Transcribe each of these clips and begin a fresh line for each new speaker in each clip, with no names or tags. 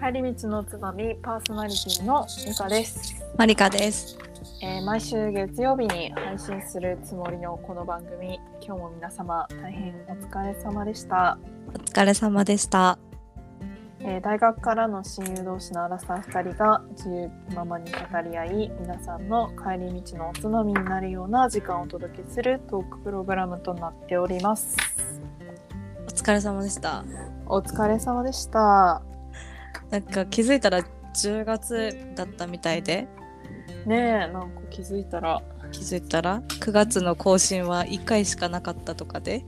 帰り道のおつまみパーソナリティのゆかです、
マリカです。
えー毎週月曜日に配信するつもりのこの番組今日も皆様大変お疲れ様でした、
お疲れ様でした。
えー大学からの親友同士のアラサー2人が自由気ままに語り合い皆さんの帰り道のおつまみになるような時間をお届けするトークプログラムとなっております
お疲れ様でした。
お疲れ様でした
なんか気づいたら10月だったみたいで、
ねえなんか気づいたら
気づいたら9月の更新は1回しかなかったとかで、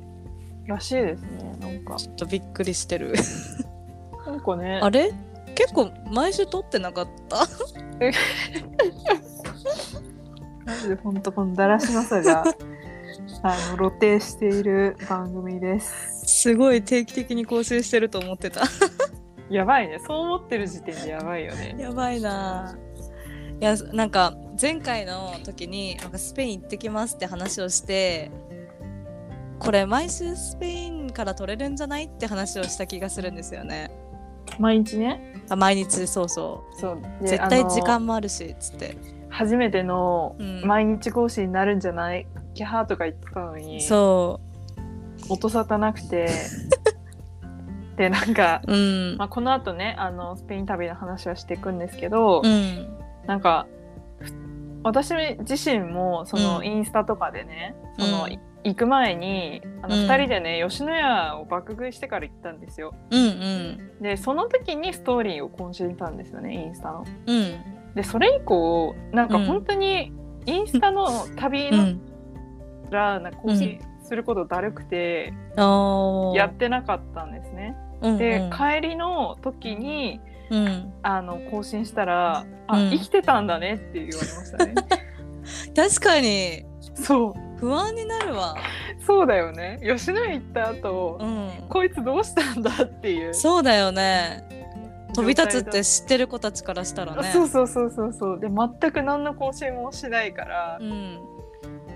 らしいですねなんか
ちょっとびっくりしてる。
なんかね
あれ結構毎週撮ってなかった。
マジで本当このだらしなさが あの露呈している番組です。
すごい定期的に更新してると思ってた。
やばいね。そう思ってる時点でやばいよね。
やばいなぁ。いや、なんか前回の時になんかスペイン行ってきますって話をして、これ毎週スペインから撮れるんじゃないって話をした気がするんですよね。
毎日ね。
あ毎日そうそ
そう。
う
で
絶対
あの
時間もあるしっつって、
初めての
うん
毎日更新になるんじゃない、キャハーとか言ってたのに、
そ
音沙汰なくて。で、なんか、
ううん、
まあ、この後ね、あの、スペイン旅の話はしていくんですけど、
うん
なんか、ふ私自身も、その、
うん
インスタとかでね、その、
うん
い行く前に、あの、
うん
二人でね、吉野家を爆食いしてから行ったんですよ。
うんうん
で、その時にストーリーを更新したんですよね、インスタの。
うん
で、それ以降、なんか
うん
本当に、インスタの旅
う
の
ん
ら、なんか更新することだるくて、
あー
やってなかったんですね。
うん
で、
うん
帰りの時に、
うん、
あの、更新したら、あ、
うん
生きてたんだねって言われました ね。
確かに
そう。
不安になるわ、
そうだよね吉野家行った後、
うん、
こいつどうしたんだっていう
そうだよね飛び立つって知ってる子たちからしたらね
そうそうそうそうそうで全く何の更新もしないから、
うん、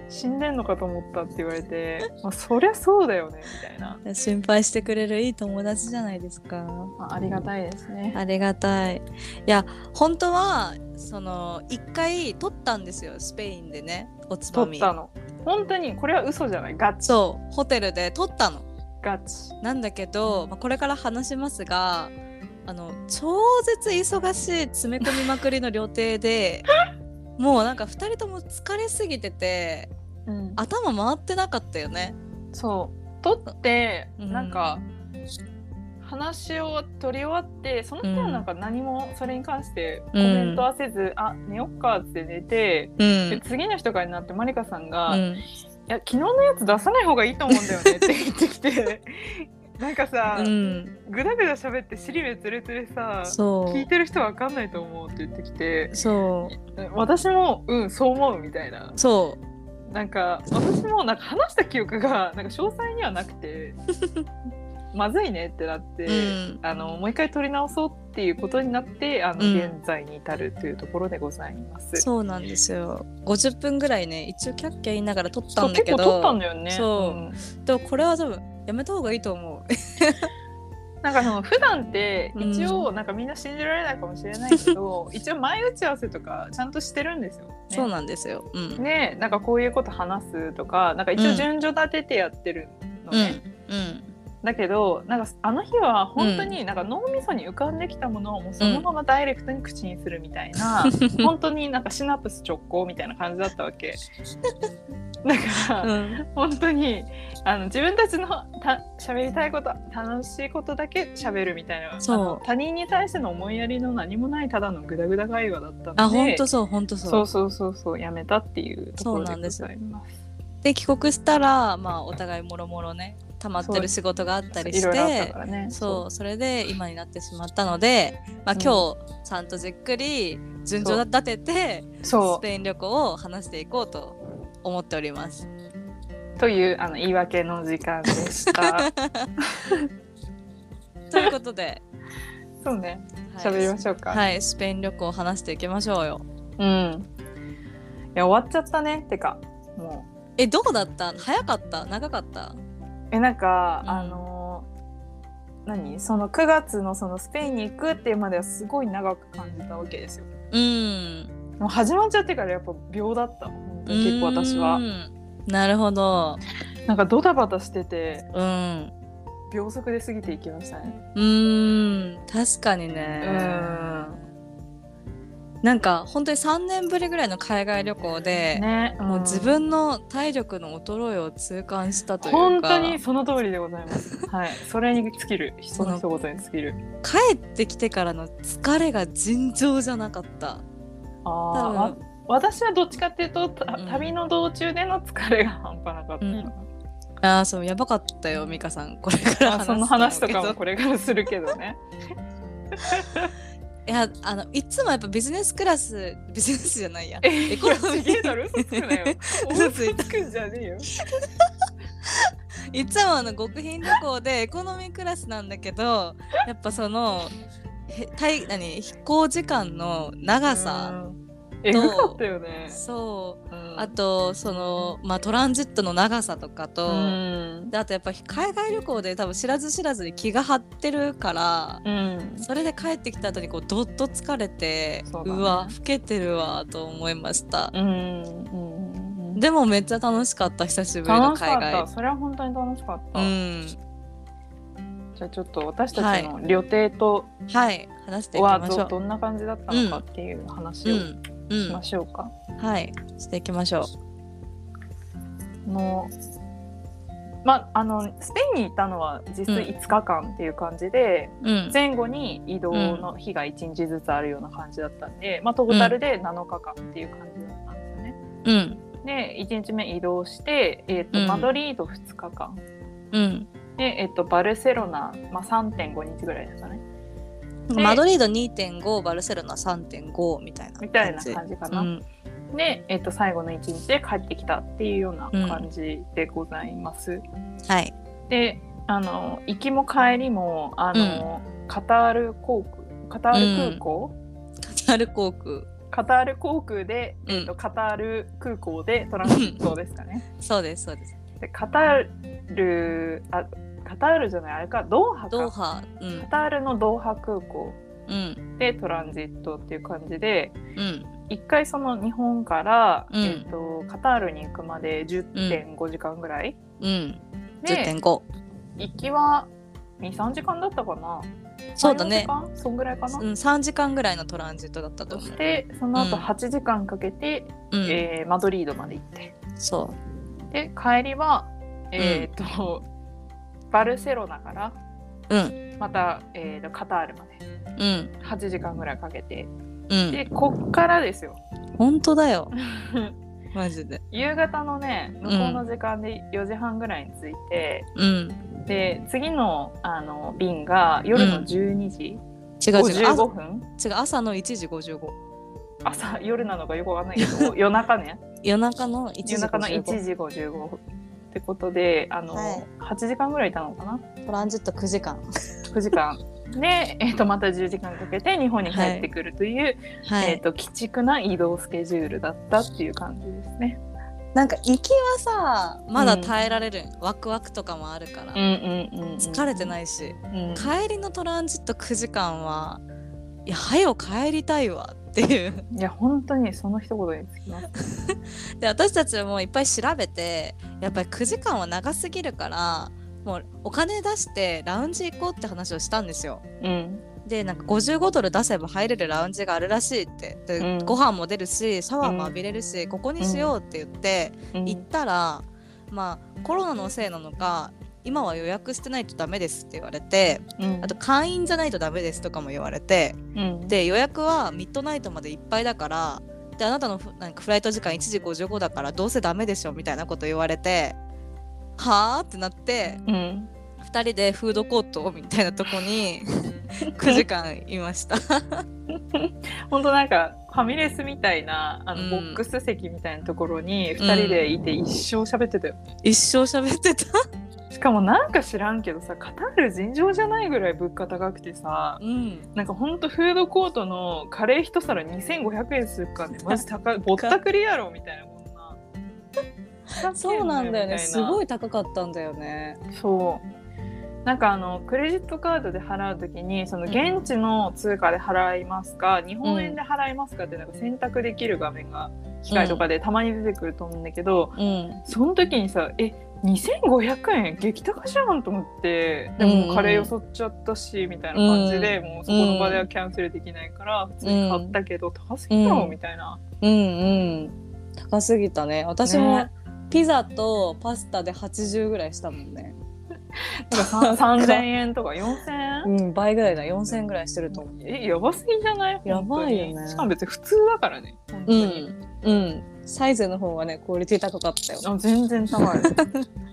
死んでんのかと思ったって言われて、まあ、そりゃそうだよねみたいな、
心配してくれるいい友達じゃないですか
まあ、ありがたいですね、
ありがたいいや本当はその一回撮ったんですよスペインでねおつま
取
み
ったの本当にこれは嘘じゃないガチ
そうホテルで撮ったの
ガチ
なんだけど、まあ、これから話しますがあの超絶忙しい詰め込みまくりの料 亭でもうなんか2人とも疲れすぎてて
うん
頭回ってなかったよね
そう取って
うん
なんか、話を取り終わってその日はなんか何もそれに関してコメントはせず、あ寝よっかって寝て、
うん
で次の日とかになってマリカさん
う
が「い
ん
や昨日のやつ出さない方がいいと思うんだよね」って言ってきて なんかさ
うん
ぐだぐだ喋って尻目つれつれさ
そ
聞いてる人わかんないと思うって言ってきて
うそう
私もうんそう思うみたいな
そう
なんか私もなんか話した記憶がなんか詳細にはなく てまずいねってなって。
うん
あのもう一回撮り直そうっていうことになってあの、
うん
現在に至るというところでございます。
そうなんですよ50分ぐらいね一応キャッキャ言いながら撮っ
そ
た
うん
だ
結
け
構撮ったん
ど
だよね。
そうんでもこれは多分やめた方がいいと思う
なんかその普段って
うん
一応なんかみんな信じられないかもしれないけど、 一応前打ち合わせとかちゃんとしてるんですよ、ね。
そうなんですよ、うん、
ねなんかこういうこと話すとかなんか一応順序立ててやってるのね、
うん
だけどなんかあの日は本当になんか脳みそに浮かんできたものをもうそのままダイレクトに口にするみたい な、本当になんかシナプス直行みたいな感じだったわ け。だから、
うん
本当にあの自分たちのた喋りたいこと楽しいことだけ喋るみたいな
そう
あの他人に対しての思いやりの何もないただのグダグダ会話だったので
あ本当そう本当そう
そうそうそうそうやめたっていうところで
そうなん
ご
です
ざいます
で帰国したらまあお互いもろもろね溜まってる仕事があったり
い
し
ろいろあった
て
からね
そうそれで今になってしまったので、まあ、
うん
今日ちゃんとじっくり順序立てて
う
ス
そ
ペイン旅行を話していこうと思っております。
うというあの言い訳の時間でした
ということで
そうね
はい
喋りましょうか、
はい、スペイン旅行を話していきましょうよ。
うんいや終わっちゃったねてかもう
えどうだった早かった長かった
えなんか、
うん
あの何その9月のそのスペインに行くっていうまではすごい長く感じたわけですよ。
うん
もう始まっちゃってからやっぱ秒だった本当に結構私
う
は。
んなるほど
なんかドタバタしてて
うん
秒速で過ぎていきましたね。
うーん確かに
う
ね
ん
なんか本当に3年ぶりぐらいの海外旅行で、
ね、
もう
うん
自分の体力の衰えを痛感したというか
本当にその通りでございます。 はい、それに尽きる、その一言に尽きる。
帰ってきてからの疲れが尋常じゃなかった多
ああ
分、
私はどっちかっていうと、た
うん
旅の道中での疲れが半端なかった。
うんああそうやばかったよ美香さんこれから
あ
話す
その話とかも
思うけど
これからするけどね。
いやあのいつもやっぱビジネスクラス ビジネスじゃないや
え
エコノミー
すげえだろ、嘘つくなよ。嘘
ついた
つくんじゃねえよ。
いつもあの極貧旅行でエコノミークラスなんだけどやっぱそのへ体何飛行時間の長さ
うん。えぐかったよね。
そう
うん
あとその、まあ、トランジットの長さとかと、
うん。
であとやっぱ海外旅行で多分知らず知らずに気が張ってるから
うん。
それで帰ってきた後にこうどっと疲れて,、
そううだね
わ老けてるわと思いました
う、んうん。うん
でもめっちゃ楽しかった久しぶりの
楽しか
海
った。
外
それは本当に楽しかった。
うん
じゃあちょっと私たちの旅程と
はい話していき
は
ましょ
ど
う
どんな感じだったのかっていう話
う
を
んう
しま
ん
しょうか。
はいしていきましょう
あのまあのスペインに行ったのは実質
うん
5日間っていう感じで、
うん
前後に移動の日が1日ずつあるような感じだったんで、まあ、トータルで7日間っていう感じだったんですよね。
うん
で1日目移動して、えーと
うん
マドリード2日間
うん
で、えー、とバルセロナ、まあ、3.5日ぐらいですかねで
マドリード2.5バルセロナ3.5みたいな
みたいな感じかな。
うん
で、えー、と最後の1日で帰ってきたっていうような感じでございます。
はい
であの行きも帰りもあの、カタール航空カタール空港、
カタール航空
カタール航空で、
うん
えっとカタール空港でトランジットですかね。
そうですそうです
でカタールあカタールじゃないあれかドーハか
ドーハう
カ
ん
タールのドーハ空港
うん
でトランジットっていう感じで
うん
一回その日本から、
うん
えっとカタールに行くまで10.5時間ぐらい、
うん
で
10.5
行きは23時間だったかな
そうだ
3-4
ね
時間そんぐらいかな
うん、3時間ぐらいのトランジットだったと
そ
思う
し。てその後
うん
8時間かけて、
うん
えーマドリードまで行って
そ
で帰りはえっ、と、バルセロナから
う。うん、
また、えー、とカタールまで
うん、
8時間ぐらいかけて
うん。
でこっからですよ
本当だ よ、マジで。
夕方のね向こうの時間で4時半ぐらいに着いて、
うん。
で次のあの便が夜の12時、
違う違う。
55
朝
分
違う朝の1時55。
朝夜なのかよくわかんないけ ど夜中ね
夜中の1時
夜中の1
55。
時55分ってことであの、
はい
8時間ぐらいいたのかな
トランジット9時間。
9時間で、えっとまた10時間かけて日本に帰ってくるという、
は
えっ
い。
と鬼畜な移動スケジュールだったっていう感じですね。
なんか行きはさ、まだ耐えられる。ワクワクとかもあるから。疲れて
い、
ないし、
うん
帰りのトランジット9時間は、いや、はよ帰りたいわっていう。
いや本当にその一言につきます。
で私たちもいっぱい調べてやっぱり9時間は長すぎるからもうお金出してラウンジ行こうって話をしたんですよ
うん
でなんか55ドル出せば入れるラウンジがあるらしいってで、
うん
ご飯も出るしシャワーも浴びれるし、ここにしようって言って
うん
行ったら、まあコロナのせいなのか今は予約してないとダメですって言われて
うん
あと会員じゃないとダメですとかも言われて
うん
で予約はミッドナイトまでいっぱいだからであなたのフなんかフライト時間1時55だからどうせダメでしょみたいなこと言われてはあってなって
うん
2人でフードコートみたいなとこ に9時間いました。
本当なんかファミレスみたいなあの、
うん
ボックス席みたいなところに2人でいて一生喋ってたよ。
一生喋ってた。
しかもなんか知らんけどさカタール尋常じゃないぐらい物価高くてさ
うん、
なんかほんとフードコートのカレー一皿2500円するからねマジ高いぼったくりやろみたいなこんなふざけんな
そうなんだよねすご
い
い高かったんだよね。
そうなんかあのクレジットカードで払うときにその現地の通貨で払いますか、日本円で払いますかってなんか選択できる画面が機械とかでたまに出てくると思うんだけど、
うん
その時にさえ2500円激高じゃんと思ってでもカレーよそっちゃったし、みたいな感じでもうそこの場ではキャンセルできないから普通に買ったけど、高すぎだろ
うん
みたいな。
うんうん高すぎたね私も
ね
ピザとパスタで80ぐらいしたもんね、
なんか3000円とか4000円
うん、倍ぐらいだ4000ぐらいしてると思う
えやばすぎじゃない
やばいよ
本
ね
当にしかも別に普通だからね本当
う
に、
んうんサイズの方がねクオリティ高かったよ
あ全然高 い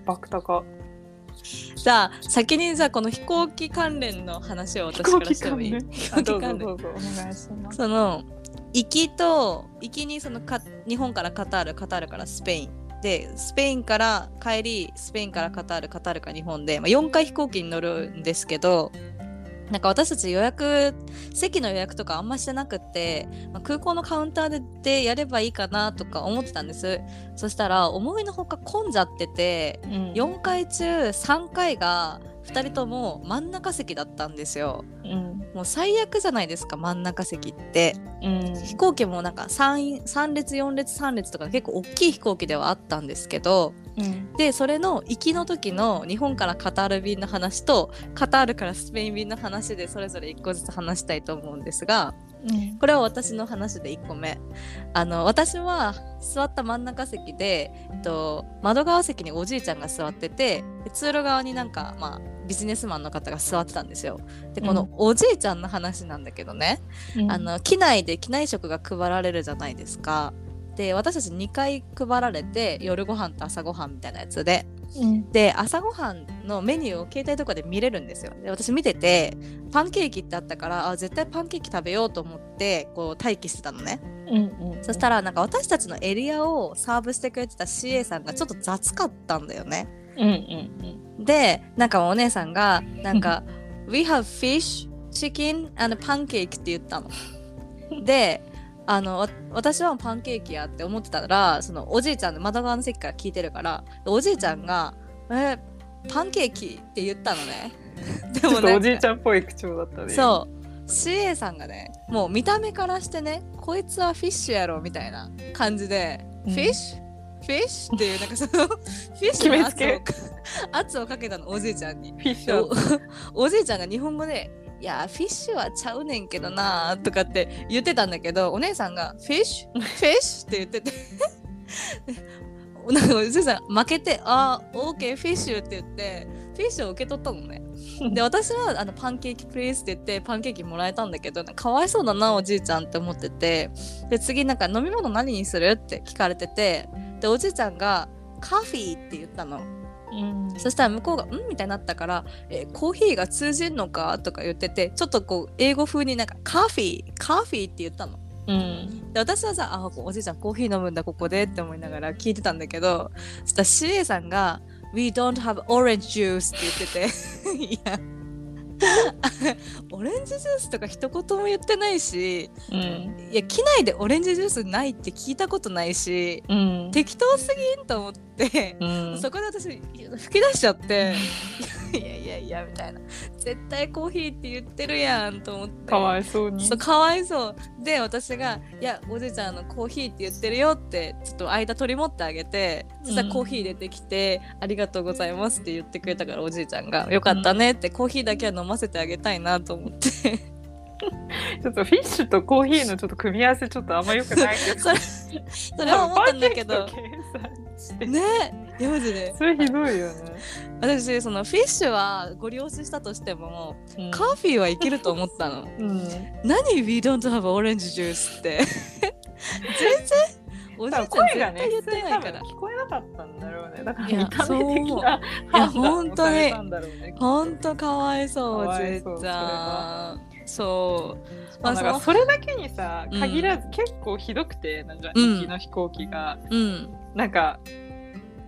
バク高
じゃあ先にじゃあこの飛行機関連の話を私からしてもいい
飛
行機関連
どうぞどうぞお願いします
その行きと行きにそのか日本からカタールカタールからスペインでスペインから帰りスペインからカタールカタールから日本で、まあ、4回飛行機に乗るんですけどなんか私たち予約席の予約とかあんましてなくって、まあ空港のカウンターででやればいいかなとか思ってたんですそしたら思いのほか混んじゃってて
4
4回中3回が2人とも真ん中席だったんですよ
うん
もう最悪じゃないですか真ん中席って
うん
飛行機もなんか 3, 3列4列3列とか結構大きい飛行機ではあったんですけど
うん
でそれの行きの時の日本からカタール便の話とカタールからスペイン便の話でそれぞれ1個ずつ話したいと思うんですが
うん
これは私の話で1個目あの私は座った真ん中席で、えっと、窓側席におじいちゃんが座っててで通路側になんか、まあ、ビジネスマンの方が座ってたんですよでこ
うん
のおじいちゃんの話なんだけどね、あの機内で機内食が配られるじゃないですかで私たち2回配られて夜ご飯と朝ご飯みたいなやつで
うん
で朝ごはんのメニューを携帯とかで見れるんですよで私見ててパンケーキってあったからあ絶対パンケーキ食べようと思ってこう待機してたのね
うんうん
そしたらなんか私たちのエリアをサーブしてくれてた CA さんがちょっと雑かったんだよね
うんうん
でなんかお姉さんがなんか「We have fish, chicken and pancake」って言ったの。であのわ私はパンケーキやって思ってたらそのおじいちゃんの窓側の席から聞いてるからおじいちゃんが「えーパンケーキ」って言ったのね。で
ちょっ
なん
と
か
おじいちゃんっぽい口調だったね
そう CA さんがねもう見た目からしてねこいつはフィッシュやろみたいな感じで、
うん
フィッシュフィッシュっていうなんかそのフィッシュの圧をか圧をかけたのおじいちゃんに
フィッシ
で
ャ
お
ー
おじいちゃんが日本語で「いやフィッシュはちゃうねんけどな」とかって言ってたんだけどお姉さんが「フィッシュフィ ッシュ」って言ってて なんかおじいさん負けて「あーオーケーフィッシュ」って言ってフィッシュを受け取ったの ねで私はあの「パンケーキプリーズ」って言ってパンケーキもらえたんだけどなんかかわいそうだなおじいちゃんって思っててで次なんか飲み物何にするって聞かれててでおじいちゃんが「カフィー」って言ったの。
うん
そしたら向こうが「うん?」みたいになったから「えコーヒーが通じんのか?」とか言っててちょっとこう英語風になんか「カフィーカフィー」って言ったの。
うん
で私はさ「あおじいちゃんコーヒー飲むんだここで」って思いながら聞いてたんだけどそしたら CA さんが「We don't have orange juice」って言ってて いやオレンジジュースとか一言も言ってないし
うん
いや機内でオレンジジュースないって聞いたことないし
うん
適当すぎんと思って。
うん
そこで私吹き出しちゃって「いやいやいや」みたいな「絶対コーヒーって言ってるやん」と思って
かわ
い
いそうに
そうかわいそうで私が「いやおじいちゃんあのコーヒーって言ってるよ」ってちょっと間取り持ってあげてそした
う
ら
ん
コーヒー出てきて「ありがとうございます」って言ってくれたからおじいちゃんが「よかったね」ってコーヒーだけは飲ませてあげたいなと思って
ちょっとフィッシュとコーヒーのちょっと組み合わせちょっとあんま良くないけど
それそれは思ったんだけど
パンケーキと計算して
ねえいやマジで
それひどいよね、
私そのフィッシュはご利用ししたとしてもカーフィーはいけると思ったの。
うん
何 We don't have orange juice って全然おじいちゃん
声
絶
が
対
ね
言っ
普通
て
に多
ないか
分
ら
聞こえなかったんだろうねだから
いや
見た目的な判断をされたんだろうね
ほんとかわいそう
か
おじ
わい
い
そう
ちゃんそう
まあ、だから
そ
それだけにさ
うん
限らず結構ひどくてなんか
うん
行きの飛行機が、
うん
なんか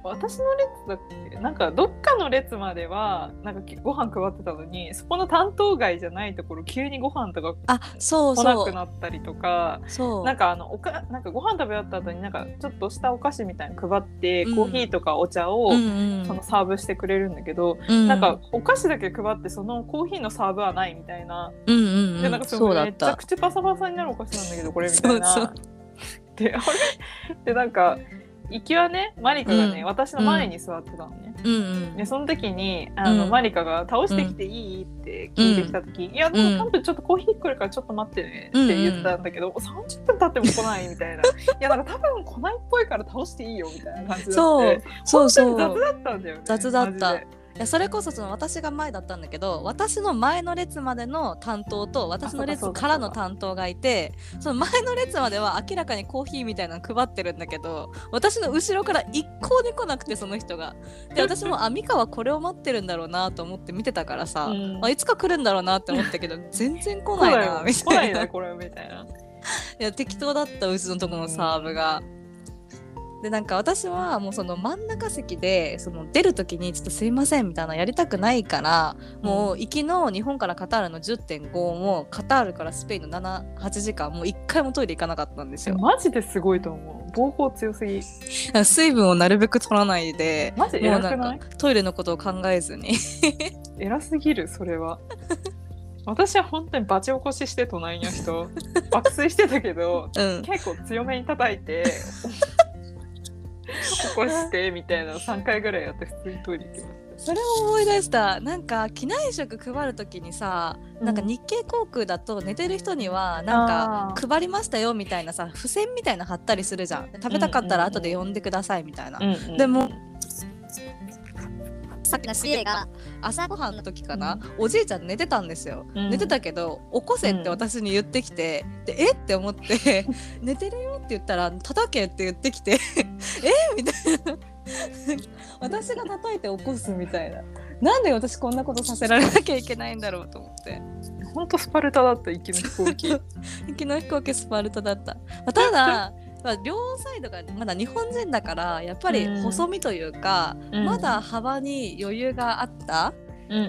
私の列だっけなんかどっかの列まではなんかきご飯配ってたのにそこの担当外じゃないところ急にご飯とか
あそう
来な
そ
く
う
なったりとか
そう
なんかあのおかなんかご飯食べ終わった後になんかちょっとしたお菓子みたいに配って、
うん
コーヒーとかお茶を、
うんうん
そのサーブしてくれるんだけど、
うん
なんかお菓子だけ配ってそのコーヒーのサーブはないみたいな、
うんうん
で
う
なん
ん
かす
そ
ご
う
い
だ
め
っ
ちゃ
た
くちゃパサパサになるお菓子なんだけどこれみたいな。
そうそう
であれでなんか行きはねマリカがね、
うん
私の前に座ってたのね。
うんうん
でその時にあの、
うん
マリカが「倒してきていい?」って聞いてきた時「いやでも
うん
多分ちょっとコーヒー来るからちょっと待ってね」って言ったんだけど、30分経っても来ないみた いな「いやなんか多分来ないっぽいから倒していいよ」みたいな感じだっ
そ
て
うそうそ
本当に
う
雑だったんだよね
雑だった
マジで
いやそれこそその私が前だったんだけど私の前の列までの担当と私の
そ
列
うだ
からの担当がいてその前の列までは明らかにコーヒーみたいなの配ってるんだけど私の後ろから一向に来なくてその人が。で私もあ美香はこれを待ってるんだろうなと思って見てたからさ、
うん
あいつか来るんだろうなって思った けど全然来
来な
ないい
よ
なみ
来
た
ないい
な
ないこれみたいな。
や適当だったうちのとこのサーブが。でなんか私はもうその真ん中席でその出る時にちょっとすいませんみたいなのやりたくないからもう行きの日本からカタールの10.5もカタールからスペインの78時間もう1回もトイレ行かなかったんですよ。
マジですごいと思う。暴行強すぎ。
だから水分をなるべく取らないで
マジ
も
偉
うな
くなんい
かトイレのことを考えずに
偉すぎるそれは私は本当にバチ起こしして隣の人爆睡してたけど
うん
結構強めに叩いて起こしてみたいなの3回ぐらいやって普通にトイレ行きまし
それを思い出したなんか機内食配る時にさ
た
なんか日経航空だと寝てる人にはなんか
か
配りましたよみたいなさ付箋みたいな貼ったりするじゃん食べたかったら後で呼んでくださいみたいな、でもさっきの CA が朝ごはんの時かな、おじいちゃん寝てたんですよ、
うん
寝てたけど起こせって私に言ってきて、でえって思って 寝てるよって言ったら叩けって言ってきてえみたいな私が叩いて起こすみたいななんで私こんなことさせられなきゃいけないんだろうと思って
本当スパルタだった生きの飛行機
昨日飛行機スパルタだった、まあ ただまあ両サイドがまだ日本人だからやっぱり
うん
細身というか、
うん
まだ幅に余裕があった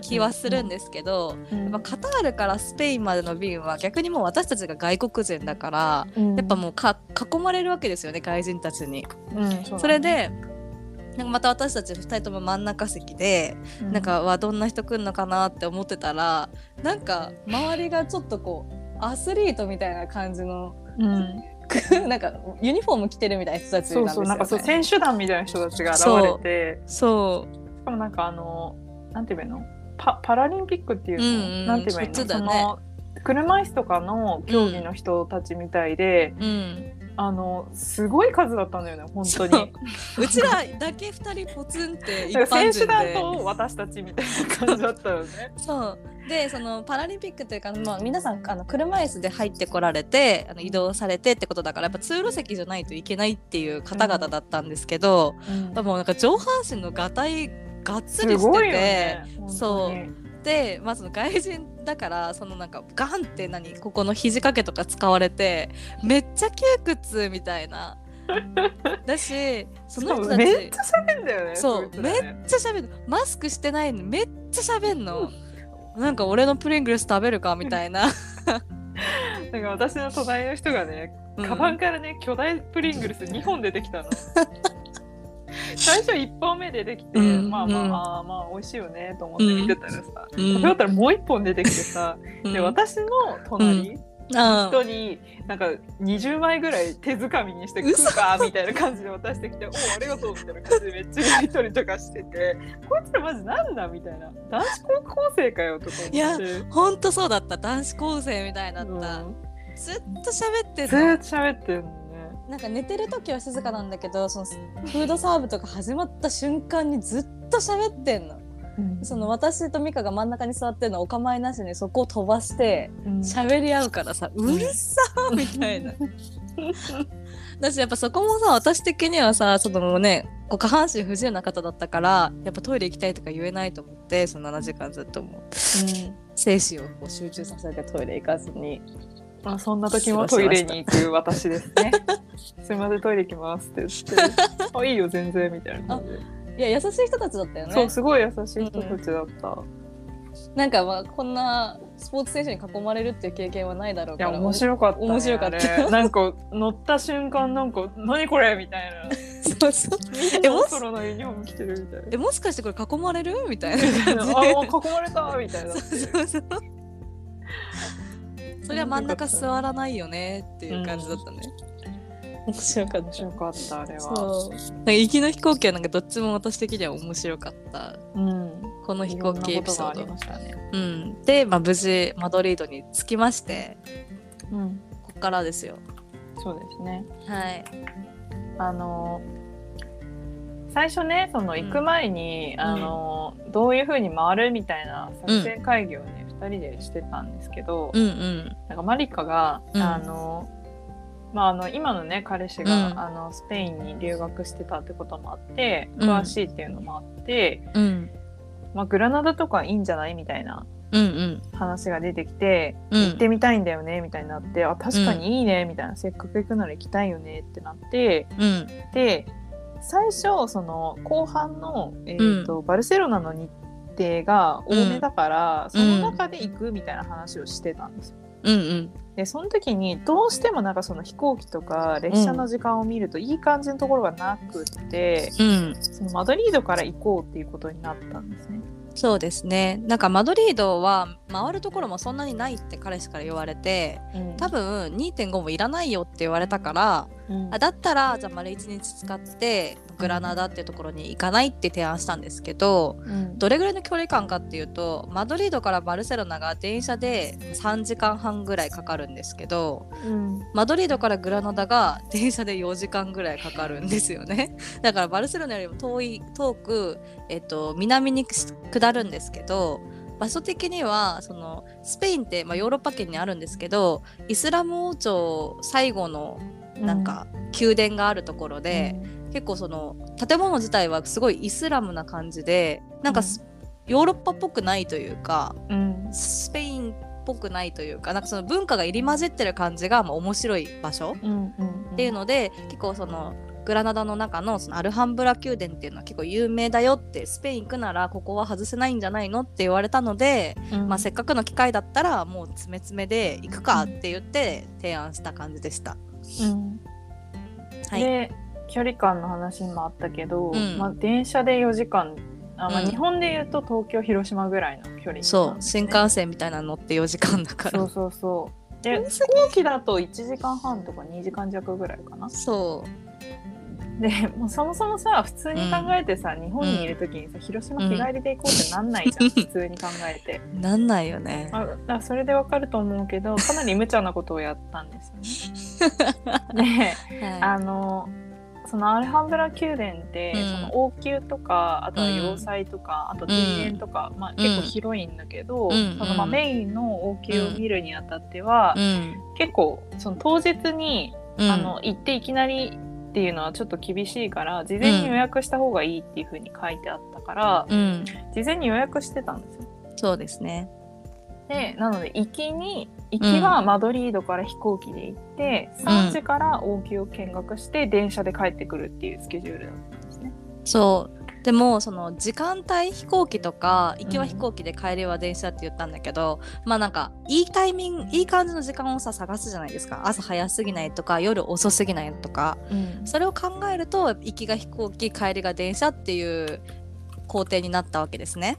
気はするんですけど、
や
やっぱカタールからスペインまでの便は逆にもう私たちが外国人だから、やっぱもうか囲まれるわけですよね外人たちに。
うん、うんうだね
それでなんかまた私たち2人とも真ん中席で、
う
なんかはどんな人来るのかなって思ってたらなんか周りがちょっとこうアスリートみたいな感じの
うん
く なんかユニフォーム着てるみたいな人たちな
そ
ん
う
です
そ
よ、
う
ね。
なんかそう選手団みたいな人たちが現れて
そう
しかもなんかあのなんて言えばいいのパパラリンピックっていうの、
うんうん
なんて言えばいいの
そっちだ
そ
ね
の車椅子とかの競技の人たちみたいで、
うん、
あのすごい数だったんだよね本当
そう
に。
うちらだけ二人ポツンって一
だから選手
般人
団
で
と私たちみたいな感じだったよね。
そうでそのパラリンピックというか、まあ、皆さんあの車椅子で入ってこられてあの移動されてってことだからやっぱ通路席じゃないといけないっていう方々だったんですけど、やっぱ もうなんか上半身のがたいがっつ
す
りして
ご
て、
いよね。
そう
本
で、まあ、その外人だからそのなんかガンって何ここの肘掛けとか使われてめっちゃ窮屈みたいな。だしそ
当にしかも
の人たち
め
め
っ
っ
ちゃ喋んだよね。
そう
こいつらね
ちゃ喋るマスクしてないのにめっちゃ喋んの。なんか俺のプリングルス食べるかみたいな。
なんか私の隣の人がね、 カバンからね、巨大プリングルス2本出てきた の。最初1本目出てきて、
うん
まあまあ、
うん
あーまあ美味しいよねと思って見てたらさ、
う
食べ
ん
終わったらもう1本出てきてさ、
うん
で私の隣、
あ
人になんか20枚ぐらい手づかみにして食
嘘
うかみたいな感じで渡してきて「おうありがとう」みたいな感じでめっちゃやり取りとかしてて こいつらマジなんだみたいな男子高校生かよとか思って
いやほんとそうだった男子高生みたいだった、
うん
ずっと喋って
ずー
る
っと喋ってるのね
なんか寝てる時は静かなんだけどそのフードサーブとか始まった瞬間にずっと喋ってんのその私とミカが真ん中に座ってるのお構いなしにそこを飛ばして
うん
喋り合うからさうるさーみ たいな。だしやっぱそこもさ私的にはさそのねこう下半身不自由な方だったからやっぱトイレ行きたいとか言えないと思ってその7時間ずっともう精子をこう集中させてトイレ行かずに
あそんな時もトイレに行く私ですね。 すみませんトイレ行きますって言 って「あいいよ全然」みたいな感じで、
いや優しい人たちだったよね
そうすごい優しい人たちだった、い
なんかまあこんなスポーツ選手に囲まれるっていう経験はないだろうか
や
ら
面白かった、ね、
面白かった
あれなんか乗った瞬間なんか「何これ」みたいな
そうそう
「
えも
モ
し
ンストロのユニフォーム着てる」みたいな
えもしかしてこれ囲まれるみた
「
い
あ
な感じで
もう囲まれた」みたいなっていう
そうそうそりゃ真ん中座らないよねっていう感じだったね、面白か
面白かったあれは。
そうなんか行きの飛行機はなんかどっちも私的には面白かった
うん
この飛行機エピソー
いろんなことがありま
ド
したね。
うん、で、まあ、無事マドリードに着きまして
うん、
ここからですよ
そうですね。
はい
あの最初ねその行く前に、
ん
あのどういう風に回るみたいな作戦会議をね、2人でしてたんですけど、
うんうん
なんかマリカが、
うん
あのまあ、あの今のね彼氏が、
うん
あのスペインに留学してたってこともあって
うん
詳しいっていうのもあって、
うん
まあ、グラナダとかいいんじゃないみたいな
うんうん
話が出てきて、
うん
行ってみたいんだよねみたいになってあ確かにいいねみたいな、せっかく行くなら行きたいよねってなって、
うん
で最初その後半の、えーとバルセロナの日程が多めだから、
うん
その中で行くみたいな話をしてたんですよ。
うんうん
でその時にどうしてもなんかその飛行機とか列車の時間を見るといい感じのところがなくって、
うん
そのマドリードから行こうっていうことになったんですね。
そうですねなんかマドリードは回るところもそんなにないって彼氏から言われて多分2.5もいらないよって言われたから
うん
あだったらじゃあ丸1日使ってグラナダっていうところに行かないって提案したんですけど
うん
どれぐらいの距離感かっていうとマドリードからバルセロナが電車で3時間半ぐらいかかるんですけど
うん
マドリードからグラナダが電車で4時間ぐらいかかるんですよね だからバルセロナよりも遠い遠く、えっと、南に下るんですけど場所的にはそのスペインって、まあ、ヨーロッパ圏にあるんですけどイスラム王朝最後のなんか宮殿があるところで、結構その建物自体はすごいイスラムな感じでなんかすヨーロッパっぽくないというか
うん
スペインっぽくないというかなんかその文化が入り混じってる感じが、まあ、面白い場所
うんうんうん
っていうので、結構そのグラナダの中のそのアルハンブラ宮殿っていうのは結構有名だよってスペイン行くならここは外せないんじゃないのって言われたので、
うん
まあ、せっかくの機会だったらもう詰め詰めで行くかって言って提案した感じでした。
うん
はい
で距離感の話にもあったけど、
うん
まあ、電車で4時間あ、まあ、
うん
日本で言うと東京広島ぐらいの距離、
そう新幹線みたいなのって4時間だか
そ
ら
うそうそうで
遠
飛行機だと1時間半とか2時間弱ぐらいかな
そう
でもうそもそもさ普通に考えてさ、日本にいる時にさ広島日帰りで行こうってなんないじゃん、
うん
普通に考えて
なんないよね
あだからそれでわかると思うけどかなり無茶なことをやったんですよね。 で
は
あのそのアルハンブラ宮殿って、
うん
その王宮とかあとは要塞とか、あと庭園とか、まあ、結構広いんだけど、
うん
そのまあ、
うん
メインの王宮を見るにあたっては、
いうん
結構その当日に、
うん
あの行っていきなりっていうのはちょっと厳しいから事前に予約した方がいいっていうふうに書いてあったから、
うん
事前に予約してたんですよ。
そうですね
でなので行きに行きはマドリードから飛行機で行って、3時から王宮を見学して電車で帰ってくるっていうスケジュールだったんですね。
そうでもその時間帯飛行機とか行きは飛行機で帰りは電車って言ったんだけど、まあなんかいいタイミングいい感じの時間をさ探すじゃないですか朝早すぎないとか夜遅すぎないとかそれを考えると行きが飛行機帰りが電車っていう工程になったわけですね。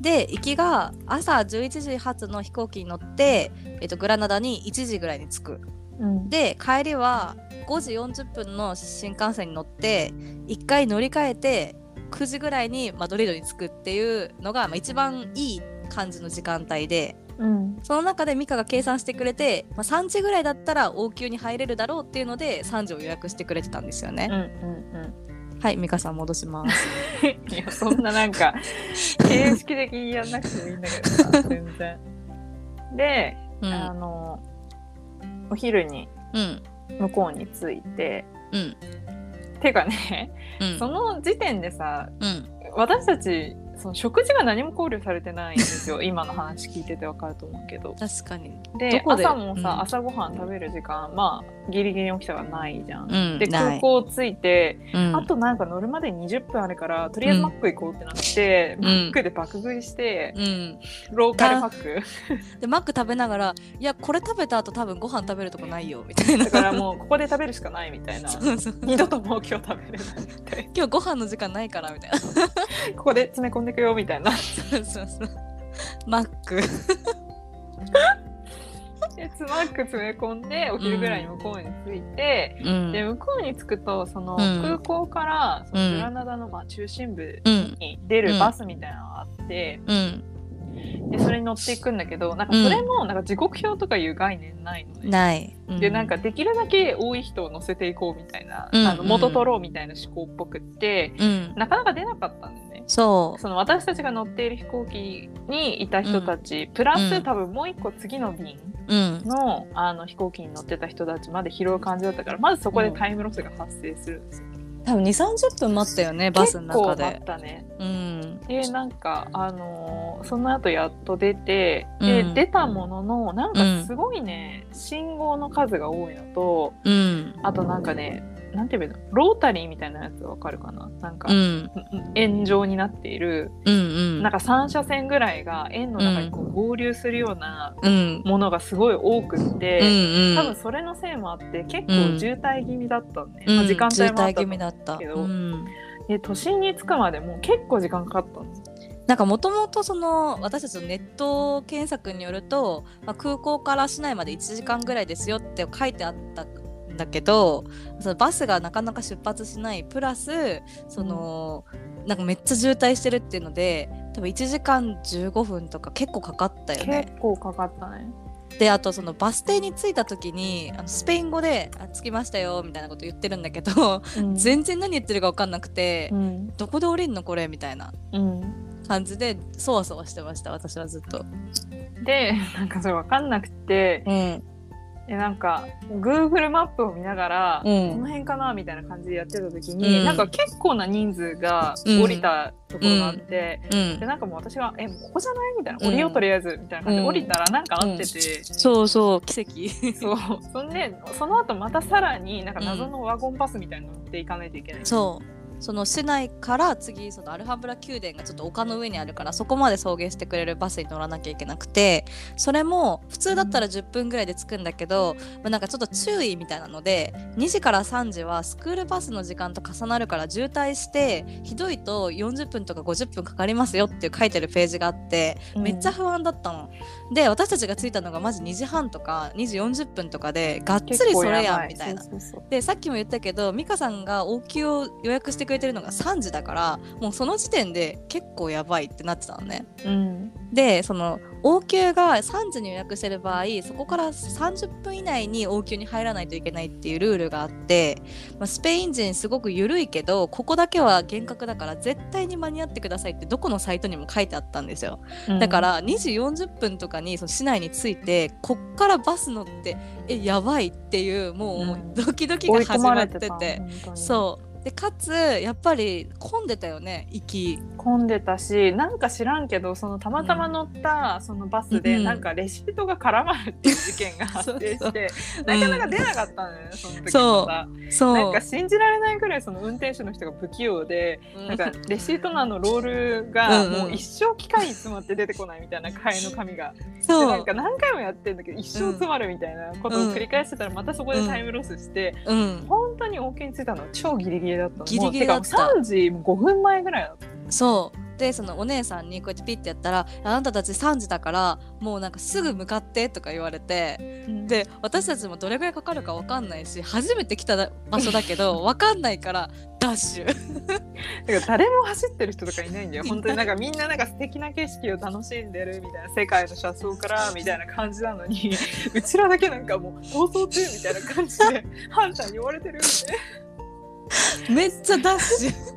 で行きが朝11時発の飛行機に乗って、えっと、グラナダに1時ぐらいに着く。
うん
で帰りは5時40分の新幹線に乗って1回乗り換えて9時ぐらいにマドリードに着くっていうのが、まあ、一番いい感じの時間帯で
うん
その中でミカが計算してくれて、まあ、3時ぐらいだったら王宮に入れるだろうっていうので3時を予約してくれてたんですよ
うん
ね。
うん
はいミカさん戻し ます。
うん、いやそんななんか形式的にやんなくてもいいんだけどさ全然。で、
うん
あのお昼に
うん
向こうに着いて
うん
てかね
うん
その時点でさ
うん
私たちその食事が何も考慮されてないんですよ今の話聞いてて分かると思うけど
確かに。ど
で
こで
朝もさ、
うん
朝ごはん食べる時間まあギリギリに起きたらないじゃん、
うん
で
な
空
い
港着いて、
うん、
あとなんか乗るまで20分あるからとりあえずマック行こうってなって、
うん
マックで爆食いして
う、ん、
ローカルマック
でマック食べながら「いやこれ食べた後多分ご飯食べるとこないよ」みたいな
だからもうここで食べるしかないみたいな
そうそう
二度ともう今日食べれないみたい
今日ご飯の時間ないからみたいなそ
なここで詰め込んでいくよみたいな
う そうそうマック
でマック詰め込んでお昼ぐらいに向こうに着いて、
うん
で向こうに着くとその
うん
空港からその
うん
グラナダのまあ中心部
うん
に出るバスみたいなのがあって、
うん
でそれに乗っていくんだけどなんかそれもなんか時刻表とかいう概念ないのね。
ない、う
でなんかできるだけ多い人を乗せていこうみたいな、
うん
あの元取ろうみたいな思考っぽくって
うん
なかなか出なかったんだよね。
そ
その私たちが乗っている飛行機にいた人たち、プラス、
うん
多分もう一個次の便
ううん
のあの飛行機に乗ってた人たちまで拾う感じだったからまずそこでタイムロスが発生するんですよ、
多分2 3 0分待ったよねバスの中
結構あ
で
ったね
うん
でなんかあのーその後やっと出て、
うん
で出たもののなん
うん
かすごいね、信号の数が多いのと
うん
あとなんかねなんて言えばいいのロータリーみたいなやつわかるかななんか、
うん
円状になっている
うん
なんか3車線ぐらいが円の中にこう合流するような
うん
ものがすごい多くって、
うん
多分それのせいもあって結構渋滞気味だったのね、まあ時間帯
渋
もあ
滞気味
った
だった、
け
う
ど
ん、
で都心に着くまでもう結構時間かかったの
なんかもともとその私たちのネット検索によると、まあ、空港から市内まで1時間ぐらいですよって書いてあったんだけどそのバスがなかなか出発しないプラスその、なんかめっちゃ渋滞してるっていうので多分1時間15分とか結構かかったよね。
結構かかったね
であとそのバス停に着いた時にあのスペイン語であ「着きましたよ」みたいなこと言ってるんだけど
うん
全然何言ってるか分かんなくて
う。ん、
どこで降りんのこれみたいな
うん、
感じでそわそわしてました私はずっと。
でなんかそれ分かんなくて
うん、
でなんか Google マップを見ながら、
うん
この辺かなみたいな感じでやってた時に、
うん
なんか結構な人数が降りたところがあって、
うん
で、なんかもう私は「えもうここじゃない?」みたいな「
うん
降りようとりあえず」みたいな感じ
う
で
ん
降りたらなんか合ってて、
そうそう奇跡
そうそんでその後またさらになんか謎のワゴンバスみたいに乗っていかないといけない、
そうその市内から次そのアルハブラ宮殿がちょっと丘の上にあるからそこまで送迎してくれるバスに乗らなきゃいけなくてそれも普通だったら10分ぐらいで着くんだけど、まあなんかちょっと注意みたいなので2時から3時はスクールバスの時間と重なるから渋滞してひどいと40分とか50分かかりますよっていう書いてるページがあってめっちゃ不安だったの。で私たちが着いたのがマジ2時半とか2時40分とかでがっつりそれやんみたいな。
そうそう
でさっきも言ったけど美香さんが応急を予約してくれてるのが3時だからもうその時点で結構やばいってなってたのね。
そううん
でその応急が3時に予約してる場合そこから30分以内に応急に入らないといけないっていうルールがあって、まあ、スペイン人すごく緩いけどここだけは厳格だから絶対に間に合ってくださいってどこのサイトにも書いてあったんですよ。だか、ら2時40分とかにその市内に着いてこっからバス乗ってえやばいっていうも
うん
うドキドキ
追
が
い込
始
ま
まっ
れ
て
て
て,、
た
そうでかつやっぱり混んでたよね行き
う混んでたしなんか知らんけどそのたまたま乗ったそのバスで、
うん
なんかレシートが絡まるっていう事件が発生
そう
して
う
なかなか出なかったのよねその時も
そう
さなん
そう
か信じられないくらいその運転手の人が不器用で
うん
なんかレシートのあのロールが
うんうん
もう一生機械に詰まって出てこないみたいな替えの紙がで
そ
なん
う
か何回もやってんだけど一生詰まるみたいなことを繰り返してたらまたそこでタイムロスして
うん
本当に応急に着いたのは超ギリギリだったの
ギリギリだ
もう
った
てかもう3時5分前ぐらいだった
そうでそのお姉さんにこうやってピッてやったら「あなたたち3時だからもうなんかすぐ向かって」とか言われてで私たちもどれぐらいかかるかわかんないし初めて来た場所だけ どわかんないからダッシュ。
だから誰も走ってる人とかいないんだ よ本当になんかみんななんか素敵な景色を楽しんでるみたいな世界の車窓からみたいな感じなのに うちらだけなんかもう放送中みたいな感じで ハンターに追われてるんで
めっちゃダ ッシュ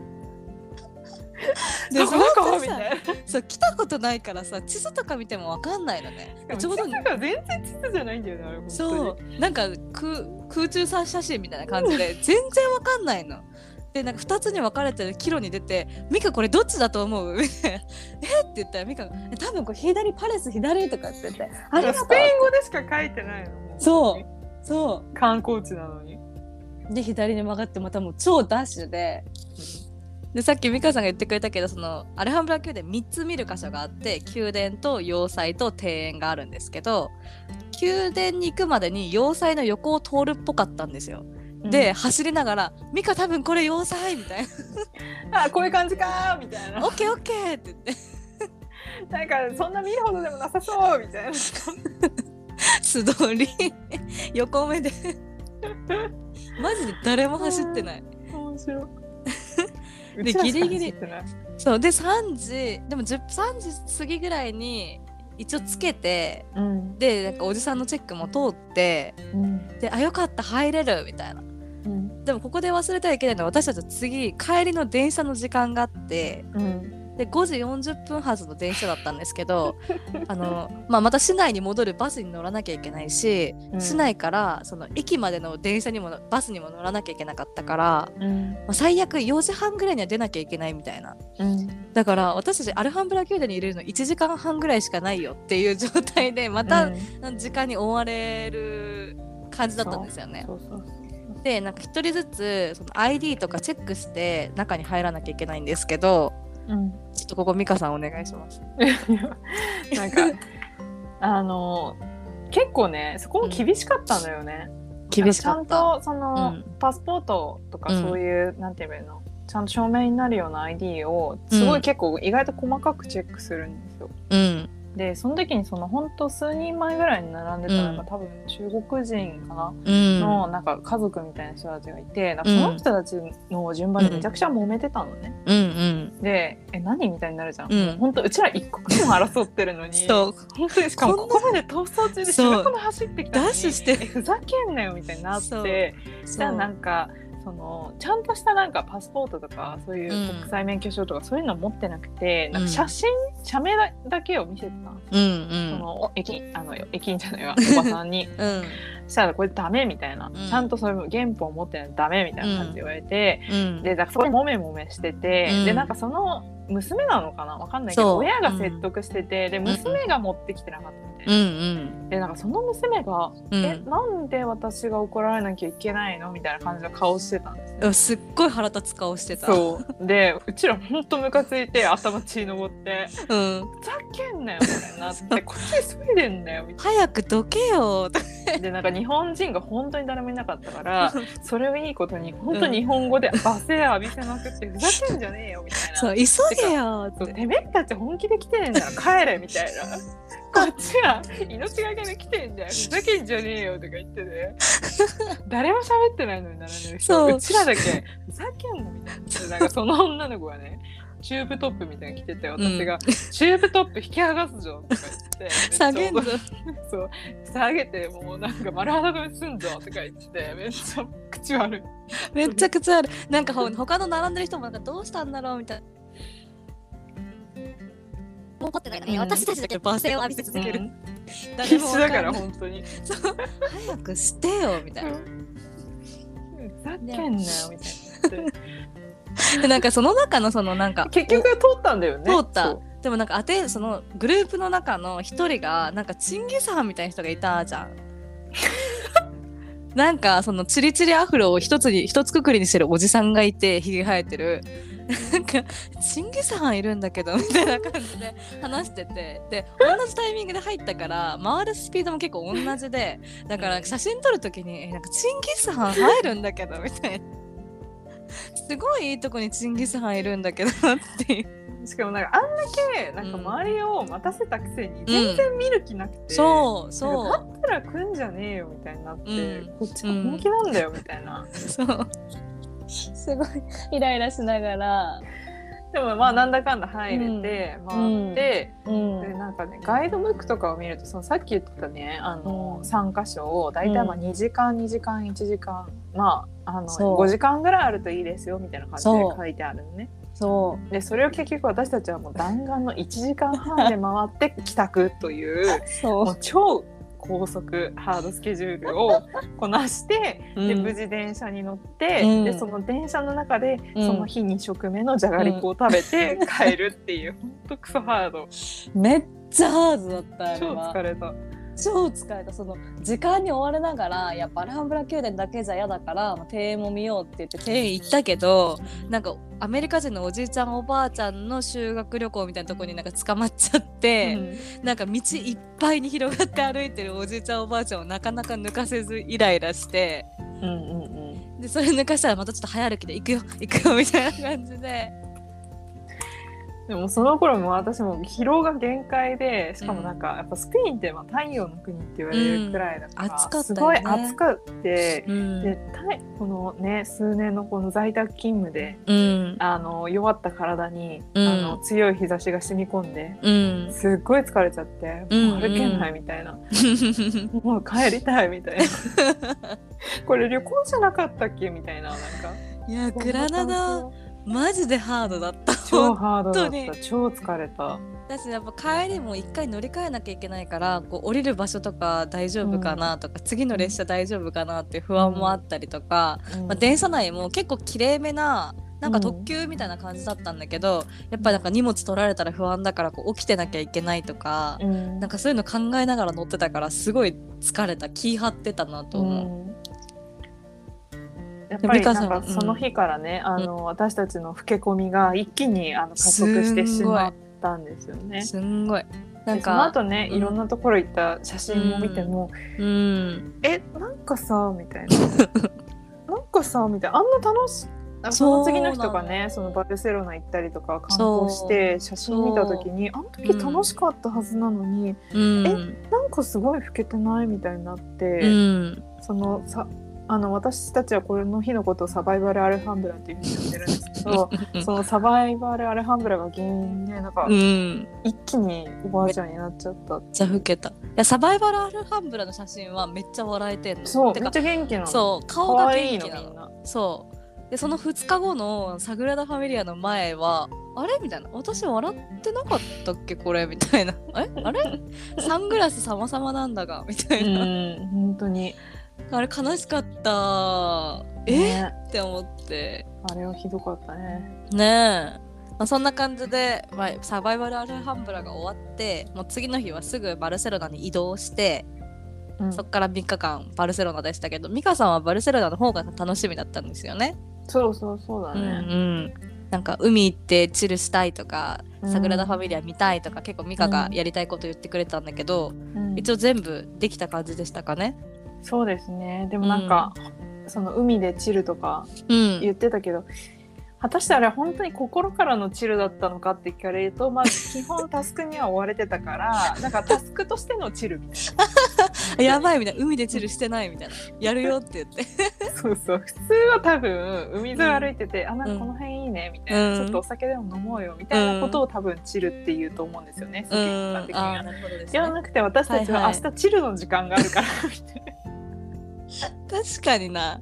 で
ど
そ
こ
の
どこ
後
み
さ
たいな。
そう来たことないからさ地図とか見てもわかんないのね
でも
ちょうど
地図が全然地図じゃないんだよねあれ本当に
そうなんか空空中さ写真みたいな感じで全然わかんないのでなんか2つに分かれてる岐路に出て「ミカこれどっちだと思う?」みたいな 「えっ?」て言ったらミカが「え多分これ左パレス左」とかって言って「ありがとう
スペイン語でしか書いてないのも
そうそう
観光地なのに
うで左に曲がってまたもう超ダッシュででさっき美香さんが言ってくれたけどそのアレハンブラ宮殿3つ見る箇所があって宮殿と要塞と庭園があるんですけど宮殿に行くまでに要塞の横を通るっぽかったんですよ。で、走りながら「美香多分これ要塞」みたい
うんあこういう感じかーみたい
な「
な
オッケーオッケー」って言って
なんかそんな見るほどでもなさそうみたいな
素通り 横目でマジで誰も走ってない。
面白い
で
うちらしか
ギリギリ
走ってない
そうで3時でも10 3時過ぎぐらいに一応つけて
うん
でなんかおじさんのチェックも通って
うん
であよかった入れるみたいな
うん
でもここで忘れてはいけないのは私たちは次帰りの電車の時間があって
うん
で5時40分発の電車だったんですけ どあの、まあ、また市内に戻るバスに乗らなきゃいけないし、
うん
市内からその駅までの電車にもバスにも乗らなきゃいけなかったから、
うん
まあ、最悪4時半ぐらいには出なきゃいけないみたいな
うん
だから私たちアルハンブラ宮殿にいるの1時間半ぐらいしかないよっていう状態でまた
うん
時間に追われる感じだったんですよね。
そうそう
でなんか1人ずつその ID とかチェックして中に入らなきゃいけないんですけど
うん
ちょっとここ美香さんお願いし ます。
なんか あの結構ねそこも厳しかったのよね、
厳しかっ
あ
た。
のちゃんとその、
うん
パスポートとか
うん
そういう、なんて言えばいいのちゃんと証明になるような ID をすご
う
い
ん
結構意外と細かくチェックするんですよ。
うん
でその時にそのほんと数人前ぐらいに並んでたのが、
うん
多分中国人かな、
うん
のなんか家族みたいな人たちがいてなんか
う
そ
ん
の人たちの順番でめちゃくちゃ揉めてたのね。
うん
で「え何?」みたいになるじゃん。
うん
ほんとうちら一刻も争ってるの
うん。
に
そう
本当にしかも
こ
こ
ん
こまで逃走中で
そう
白の走ってきた
ダ
の
ッシュ
に
して
えふざけんなよみたいになっ
そう
てじゃあなん
か
かそのちゃんとしたなんかパスポートとかそういう
うん
国際免許証とかそういうの持ってなくて、なん
うん
か写真写メだけを見せてたの,、
うん
そのお駅あの駅員じゃないわおばさんに
うんうん
そしたらこれダメみたいな、
うん
ちゃんとそれも原本持ってないとダメみたいな感じで言われて、
うん
でだからそこでもめもめしてて、
うん
でなんかその娘なのかなわかんないけど
そう
親が説得してて、で娘が持ってきてなかったみたいな。
うん
でなんかその娘が「
うんう
え
ん
なんで私が怒られなきゃいけないの?」みたいな感じの顔してたんですよ。
うん。すっごい腹立つ顔してた。う。
そうでうちらほんとムカついて頭血のぼって「
うん。
ふざけんなよ」みたいになって「こっち急いでんだよ」みた
早くどけよ。
いな。でなんか日本人が本当に誰もいなかった からそれをいいことに本当に日本語で罵声浴びせまくって「ふざけんじゃねえよ」みたいな。
そう急げよ
そう
って。
てめえたち本気で来てんだ ら帰れみたいなこっちは命がけで来てんだよふざけんじゃねえよとか言って ね誰も喋ってないのに並んでる人
そう
うちらだけふざけんのみたいななんかその女の子がねチューブトップみたいなの着てて私が、チューブトップ引き剥がすぞ」とか言って
下げんぞ
めっちゃ怒そう下げてもうなんか丸裸にすんぞとか言ってめっちゃ口悪い
めっちゃくちゃある。なんかほ他の並んでる人もなんかどうしたんだろうみたいな。
もう持ってないの
う
ね。
ん
私たちだけ罵声を浴びせ続ける。
うん
誰
必
も
死
わ
だ
んない
から本当に。
そう早くしてよみたいな。
ふざけんなよみた いな。
で なんかその中のそのなんか
結局通ったんだよね。
通った
そう
でもなんかあてそのグループの中の一人がなんかチンゲサンみたいな人がいたじゃん。 なんかそのチリチリアフロを一つに一つくくりにしてるおじさんがいてひげ生えてるなんかチンゲサンいるんだけどみたいな感じで話しててで同じタイミングで入ったから回るスピードも結構同じでだから写真撮る時にえ「なんかチンギスハン入るんだけど」みたいな。すごいいいとこにチンギスハンいるんだけどっていう
しかもなんかあんだけなんか周りを待たせたくせに全然見る気なくて、
そ
な
う
んか
そ
だったら来んじゃねえよみたいになって、
うん
こっちが本気なんだよみたいな、
うそうすごいイライラしながら、
でもまあなんだかんだ入れて
ん
回って、
うん
でなんかねガイドブックとかを見るとそのさっき言ってたねあの、三3箇所を大体まあ
うん
2時間2時間1時間まああの
そう
5時間ぐらいあるといいですよみたいな感じで書いてあるのね。
そ
でそれを結局私たちはもう弾丸の1時間半で回って帰宅という
うそ
もう超高速ハードスケジュールを こなして、
うん
で無事電車に乗って、
うん
でその電車の中で
うん
その日2食目のじゃがりこを食べ て帰るっていう、ほんとクソハード
めっちゃハードだったあれ
超
は
疲れた。
超疲れたその時間に追われながらやっぱアルハンブラ宮殿だけじゃ嫌だからまあ庭園も見ようって言って庭園行ったけどなんかアメリカ人のおじいちゃんおばあちゃんの修学旅行みたいなとこになんか捕まっちゃって、なんか道いっぱいに広がって歩いてるおじいちゃんおばあちゃんをなかなか抜かせずイライラして
うんうんうん
でそれ抜かしたらまたちょっと早歩きで行くよ行くよみたいな感じで
でもその頃も私も疲労が限界でしかもなんかやっぱスペインってまあ太陽の国って言われるくらいだから、
うん暑かっ
す
たよね
ごい暑かって、
うん
でたいこのね数年のこの在宅勤務で
うん
あの弱った体に、
うん
あの強い日差しが染み込んで
うん
すっごい疲れちゃって、
うん
もう歩けないみたいな、もう帰りたいみた いなこれ旅行じゃなかったっけみたいななんか
いやグラナダマジでハードだった
超ハードだっ
本当
た超疲れた
だしやっぱ帰りも一回乗り換えなきゃいけないからこう降りる場所とか大丈夫かなとか、次の列車大丈夫かなっていう不安もあったりとか、まあ、電車内も結構きれいめななんか特急みたいな感じだったんだけど、やっぱなんか荷物取られたら不安だからこう起きてなきゃいけないとか、
うん
なんかそういうの考えながら乗ってたからすごい疲れた気張ってたなと思う。
うんやっぱり
美香
な
さ
ん
ん
かその日からね、あの私たちの老け込みが一気にあの加速してしまったんですよね。
すんごいな
で
ん
その
か
後ね、
うん
いろんなところ行った写真も見ても、
うん
えなんかさみたいな なんかさみたいなあんな楽しあその次の日とかねそのバルセロナ行ったりとか観光して写真見た時にあの時楽しかったはずなのに、
うん
なんかすごい老けてないみたいになって。
うん
そのさあの私たちはこの日のことをサバイバルアルハンブラっていうふうに呼んでるんですけ どそのサバイバルアルハンブラが原因でなんか
うん
一気におばあちゃんになっちゃった
めっちゃ老けたいやサバイバルアルハンブラの写真はめっちゃ笑えてんの
そう
て
めっ
か
ちゃ元気なの
そう顔
可
が
愛い
元
の
気
みん
なの
な
そうでその2日後のサグラダ・ファミリアの前はあれみたいな私笑ってなかったっけこれみたいなえあれサングラス様々なんだがみた
う
いな、
ん本当に
あれ悲しかった え、
ね
って思って
あれはひどかったね
ねえ、まあ、そんな感じで、まあ、サバイバルアルハンブラが終わってもう次の日はすぐバルセロナに移動して
うん
そっから3日間バルセロナでしたけど美香さんはバルセロナの方が楽しみだったんですよね。
そうそうそうだ
うんう
ね
ん、なんか海行ってチルしたいとか、
うん
サグラダ・ファミリア見たいとか結構美香がやりたいこと言ってくれたんだけ
う
ど、
ん
一応全部できた感じでしたかね。
そうですねでもなんかその海でチルとか
うん
言ってたけど果たしてあれは本当に心からのチルだったのかって聞かれると、まあ、基本タスクには追われてたからなんかタスクとしてのチルみたい
やばいみたいな海でチルしてないみたいなやるよって言って
なそうそう普通は多分海沿い歩いてて、あなんかこの辺いいねみたいな、
う
ちょ
ん
っとお酒でも飲もうよみたいなことを多分チルって言うと思うんですよね、
う
世
ん
間一般的に
あー
は。
なるほどです
で
ね
はなくて私たちは
は
はい
はい
明日チルの時間があるからみたい
確かにな
な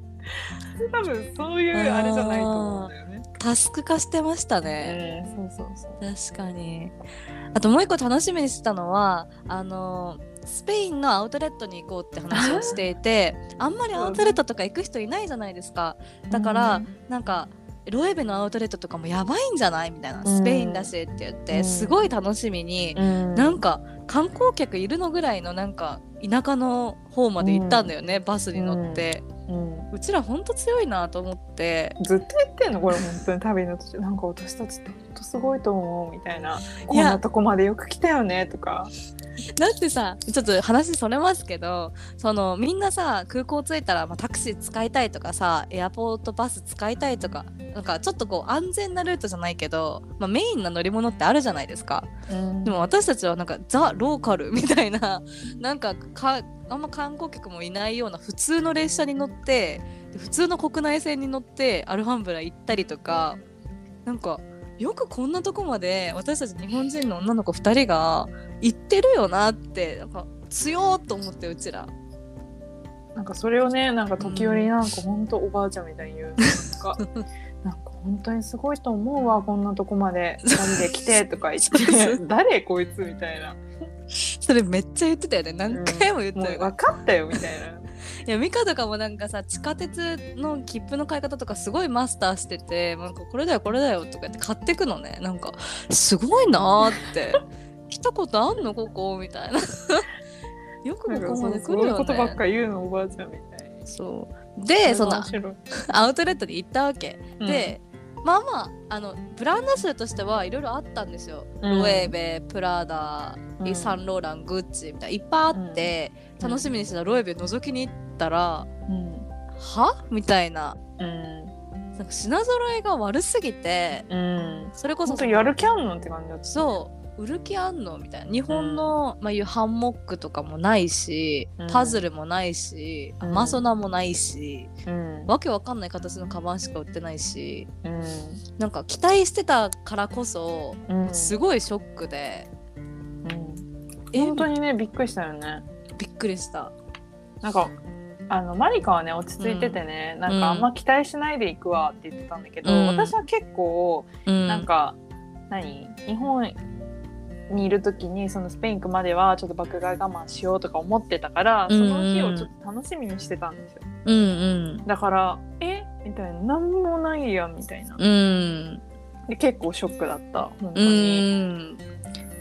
多分そういうあれじゃないと思うんだよ ね。
タスク化してましたね。
うんそうそうそう
確かにあともう一個楽しみにしてたのはあのスペインのアウトレットに行こうって話をしていてあんまりアウトレットとか行く人いないじゃないですかだからなんかロエベのアウトレットとかもやばいんじゃないみたいなスペインだしって言って、
うん
すごい楽しみに、
うん
なんか観光客いるのぐらいのなんか田舎の方まで行ったんだよね、バスに乗って、
うん
うちらほんと強いなと思って
ずっと言ってんのこれ本当に旅の途中なんか私たちって本当すごいと思うみたいなこんなとこまでよく来たよねとか
だってさちょっと話それますけどそのみんなさ空港着いたら、まあ、タクシー使いたいとかさエアポートバス使いたいとかなんかちょっとこう安全なルートじゃないけど、まあ、メインな乗り物ってあるじゃないですかでも私たちはなんかザ・ローカルみたいな なんかかあんま観光客もいないような普通の列車に乗ってで普通の国内線に乗ってアルハンブラ行ったりとかなんかよくこんなとこまで私たち日本人の女の子2人が行ってるよなってなんか強っと思ってうちら
なんかそれをねなんか時折なんか本当おばあちゃんみたいに言うなんかなんか本当にすごいと思うわこんなとこまで
そう
何で来て とか言
そうそ
って誰こいつみたいな
それめっちゃ言ってたよね何回も言って
も
た
う
よね、
分かったよみたいな。
いやミカとかもなんかさ地下鉄の切符の買い方とかすごいマスターしててなんかこれだよこれだよとか言って買ってくのねなんかすごいなーって 来たことあんのここみたいな よく
なん
こ
か
こ
そ
ま
う
で来
そう
る
いう
よ
ことばっ
ね
か言うのおばあちゃんみたいな。
そうでその
面白い
アウトレットに行ったわけ、、でまあまああのブランド数としてはいろいろあったんですよ、
うん
ロエーベプラダ
うん
サンローラングッチみたいないっぱいあって、
うん
楽しみにしてたロエーベ覗きに行ったら
うん
はみたいな
うん
なんか品揃えが悪すぎて
うん。
それこそ
本当やる気あんのって感じだった。
そう売る気あんのみたいな日本の、まあ、いうハンモックとかもないし
うん
パズルもないし、
うん
アマソナもないし、
うん
わけわかんない形のカバンしか売ってないし
うん
なんか期待してたからこそ
うん。
すごいショックで、
うん
え
本当にねびっくりしたよね。
びっくりした
なんかあのマリカはね落ち着いててね、なんかあんま期待しないで行くわって言ってたんだけど、
うん
私は結構
うん
なんか、何日本にいる時にそのスペイン行くまではちょっと爆買い我慢しようとか思ってたから、
うんうん
その日をちょっと楽しみにしてたんですよ
うんうん
だから「えみたいな「なんもないや」みたいな
うん
で結構ショックだった本当
う
に。
ん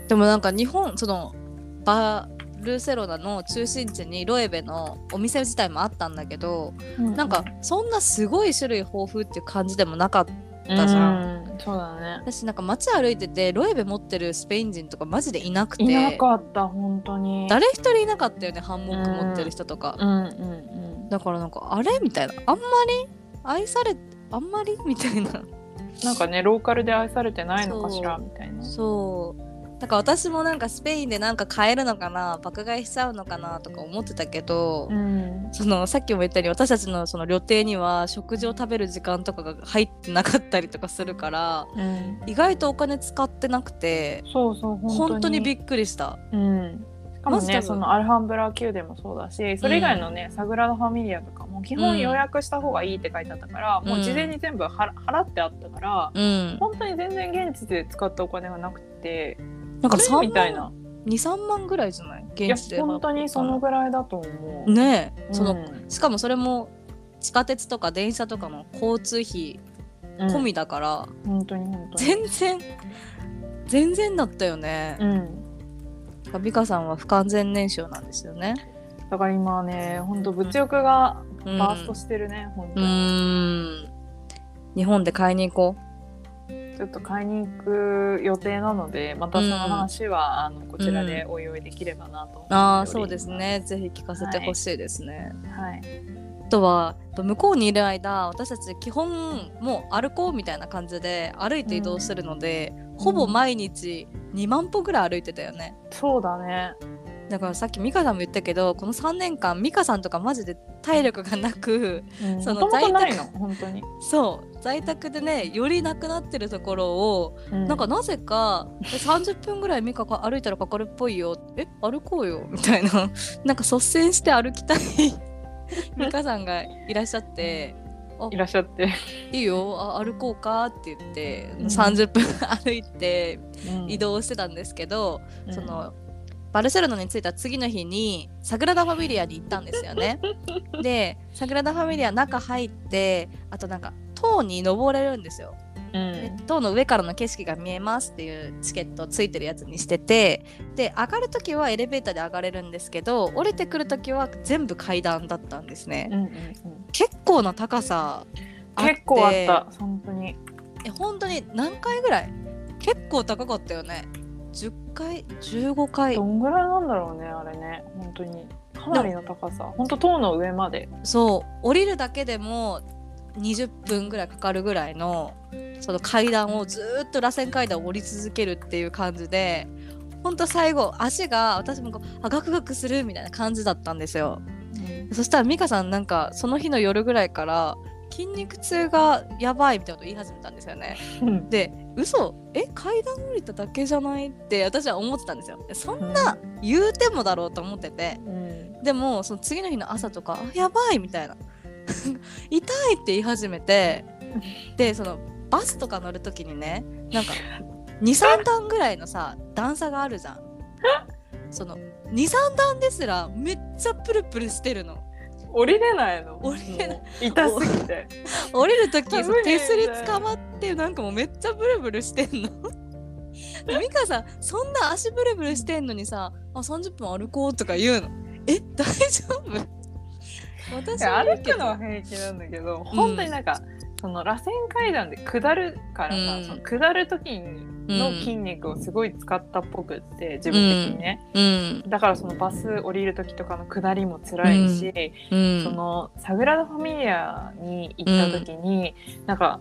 でもなんか日本そのバルセロナの中心地にロエベのお店自体もあったんだけどなんかそんなすごい種類豊富っていう感じでもなかった
だ
じゃ
んそうだね
私なんか街歩いててロエベ持ってるスペイン人とかマジでいなくて
いなかった本当に
誰一人いなかったよねハンモック持ってる人とか、
うんうんうん
だからなんかあれみたいなあんまり愛されあんまりみたいな
なんかねローカルで愛されてないのかしら
そ
みたいな
そうだから私もなんかスペインでなんか買えるのかな爆買いしちゃうのかなとか思ってたけど、
うん
そのさっきも言ったように私たちのその旅程には食事を食べる時間とかが入ってなかったりとかするから
うん
意外とお金使ってなくて
そうそう本当に
本当にびっくりした。
うんしかも
マジ多
ね
分
そのアルハンブラ宮殿もそうだしそれ以外のね、サグラダ・ファミリアとかも基
う
本
ん
予約した方がいいって書いてあったから、もう事前に全部は払ってあったから、
うん、
本当に全然現地で使ったお金がなくて
なんか
あれ
3
みたいな
23万ぐらいじゃない
いや
現地で
本当にそのぐらいだと思う、
ねえ、
うん
そのしかもそれも地下鉄とか電車とかの交通費
うん
込みだから、
本当に本当に
全然全然だったよね、
うん
美香さんは不完全燃焼なんですよね
だから今はね本当物欲が
うん
バーストしてるね、本
う
当に、
ん日本で買いに行こ
ちょっと買いに行く予定なのでまたその話は、あのこちらでお用意できればなと思っておりま
う
す
ああそうですねぜひ聞かせてほしいですね、
はい
あとはやっぱ向こうにいる間私たち基本もう歩こうみたいな感じで歩いて移動するので、ほぼ毎日2万歩ぐらい歩いてたよね
そうだね。
だからさっき美香さんも言ったけどこの3年間美香さんとかマジで体力がなく
も
その
ともとないの、
在
本当に。
そう在宅でねよりなくなってるところを、なんかなぜかえ30分ぐらい美香が歩いたらかかるっぽいよえ歩こうよみたいな なんか率先して歩 きたい美香さんがいらっしゃって。
いらっしゃって。
いいよあ歩こうかって言って、
うん
30分歩いて移動してたんですけど、
うん
そ、のバルセロナに着いた次の日にサグラダ・ファミリアに行ったんですよ ね。でサグラダ・ファミリア中入ってあとなんか塔に登れるんですよ。
う
で
ん、
塔の上からの景色が見えますっていうチケットついてるやつにしててで上がる時はエレベーターで上がれるんですけど降りてくる時は全部階段だったんですね。
うんうんうん
結構な高さあって
結構あった、本当に。
え本当に何回ぐらい結構高かったよね10回15回
どんぐらいなんだろうね、あれね、本当に。かなりの高さ、本当塔の上まで。
そう降りるだけでも20分ぐらいかかるぐらいのその階段をずーっと螺旋階段を降り続けるっていう感じで本当最後足が私もこうあガクガクするみたいな感じだったんですよそしたら美香さんなんかその日の夜ぐらいから筋肉痛がやばいみたいなこと言い始めたんですよね
うん
で嘘え階段降りただけじゃないって私は思ってたんですよそんな言うてもだろうと思ってて
うん
でもその次の日の朝と かあやばいみたいな痛いって言い始めてでそのバスとか乗るときにねなんか23段ぐらいのさ段差があるじゃんその23段ですらめっちゃプルプルしてるの
降りれないの
降りれない
もう痛すぎて
降りる時
危ねえん
そ
だよ
う手すり捕まってなんかもうめっちゃブルブルしてんの で美香さんそんな足ブルブルしてんのにさあ30分歩こうとか言うのえ大丈夫
い
私
や
は言う
歩
け
く
ど
のは平気なんだけど、本当になんかその螺旋階段で下るからさ、
うん
その下る時にの筋肉をすごい使ったっぽくって自分的にね、
うん
だからそのバス降りる時とかの下りも辛いし、
うん
そのサグラダ・ファミリアに行った時に、なんか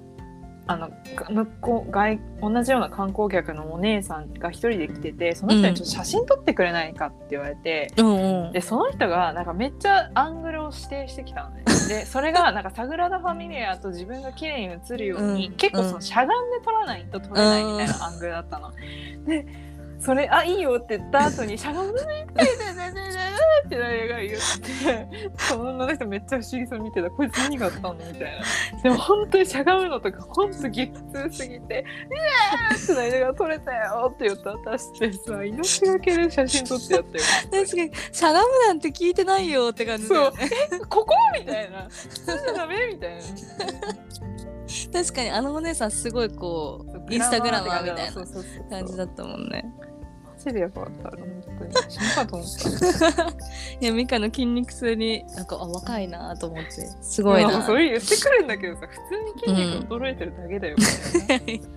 あのが向こう外同じような観光客のお姉さんが一人で来ててその人にちょっと写真撮ってくれないかって言われて、
うんうん
でその人がなんかめっちゃアングルを指定してきたのねでそれがなんかサグラダ・ファミリアと自分が綺麗に映るように、
うん
結構そのしゃがんで撮らないと撮れないみたいなアングルだったの。でそれ「あいいよ」って言った後にしゃがんで「痛い痛い痛い痛い痛い痛い」ってなりがら言ってその女の人めっちゃ不思議そうに見てた「こいつ何があったの?」みたいな。でも本当にしゃがむのとか本当激痛すぎて「うわー!」ってなりながら撮れたよって言った私ってさ命がけで写真撮ってやったよ。
確かにしゃがむなんて聞いてないよって感じだよね
ここみたいな。ダメみたいな。
確かにあのお姉さんすごいこう インスタグラマーみたい
そう
な
そうそう
感じだったもんね
マジでやばかった。本当に。死ぬかと思った。す
いやミカの筋肉痛になんかあ若いなと思ってすごいな
それ言ってくるんだけどさ、普通に筋肉衰えてるだけだよ。みたいな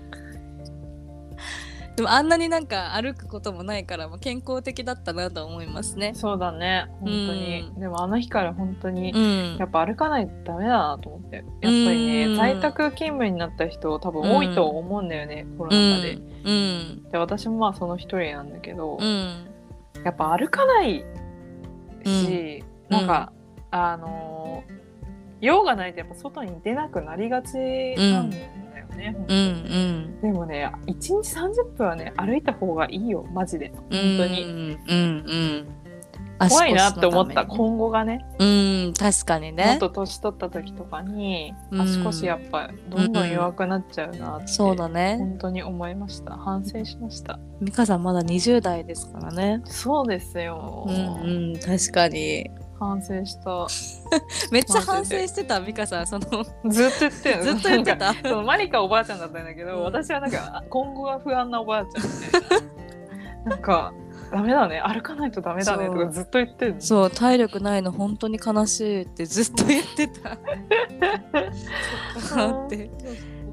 でもあんなになんか歩くこともないからもう健康的だったなと思います ね。
そうだね。本当に。でもあの日から本当に
う。ん
や、っぱ歩かないとダメだなと思ってやっぱり
うん
ね在宅勤務になった人多分多いと思うんだよね、コロ
う
ナ禍で,、
ん、うん、
で私もまあその一人なんだけど、
うん、
やっぱ歩かないし、
うん
なんか、あのー用がないとやっぱ外に出なくなりがちなんだよね、
うん、うん、
でもね1日30分はね歩いた方がいいよマジで本当に、
うん、うん、うん、
怖いなって思った、
足腰の
今後がね
ためにうん、確かに
も
ね
っ。と年取った時とかに
うん
足腰やっぱどんどん弱くなっちゃうなって、
そうだね。
本当に思いました反省しました
ミカさんまだ20代ですからね。
そうですよ、
うん、うん、確かに。
反省した
めっちゃ反省してたミカさん、その
ずっと言ってる
ずっと言ってた。
そのマリカおばあちゃんだったんだけど、
うん
私はなんか今後が不安なおばあちゃん でなんかダメだね歩かないとダメだねと
そう
かずっと言ってるの
そう体力ないの本当に悲しいってずっと言ってた。 そっかって。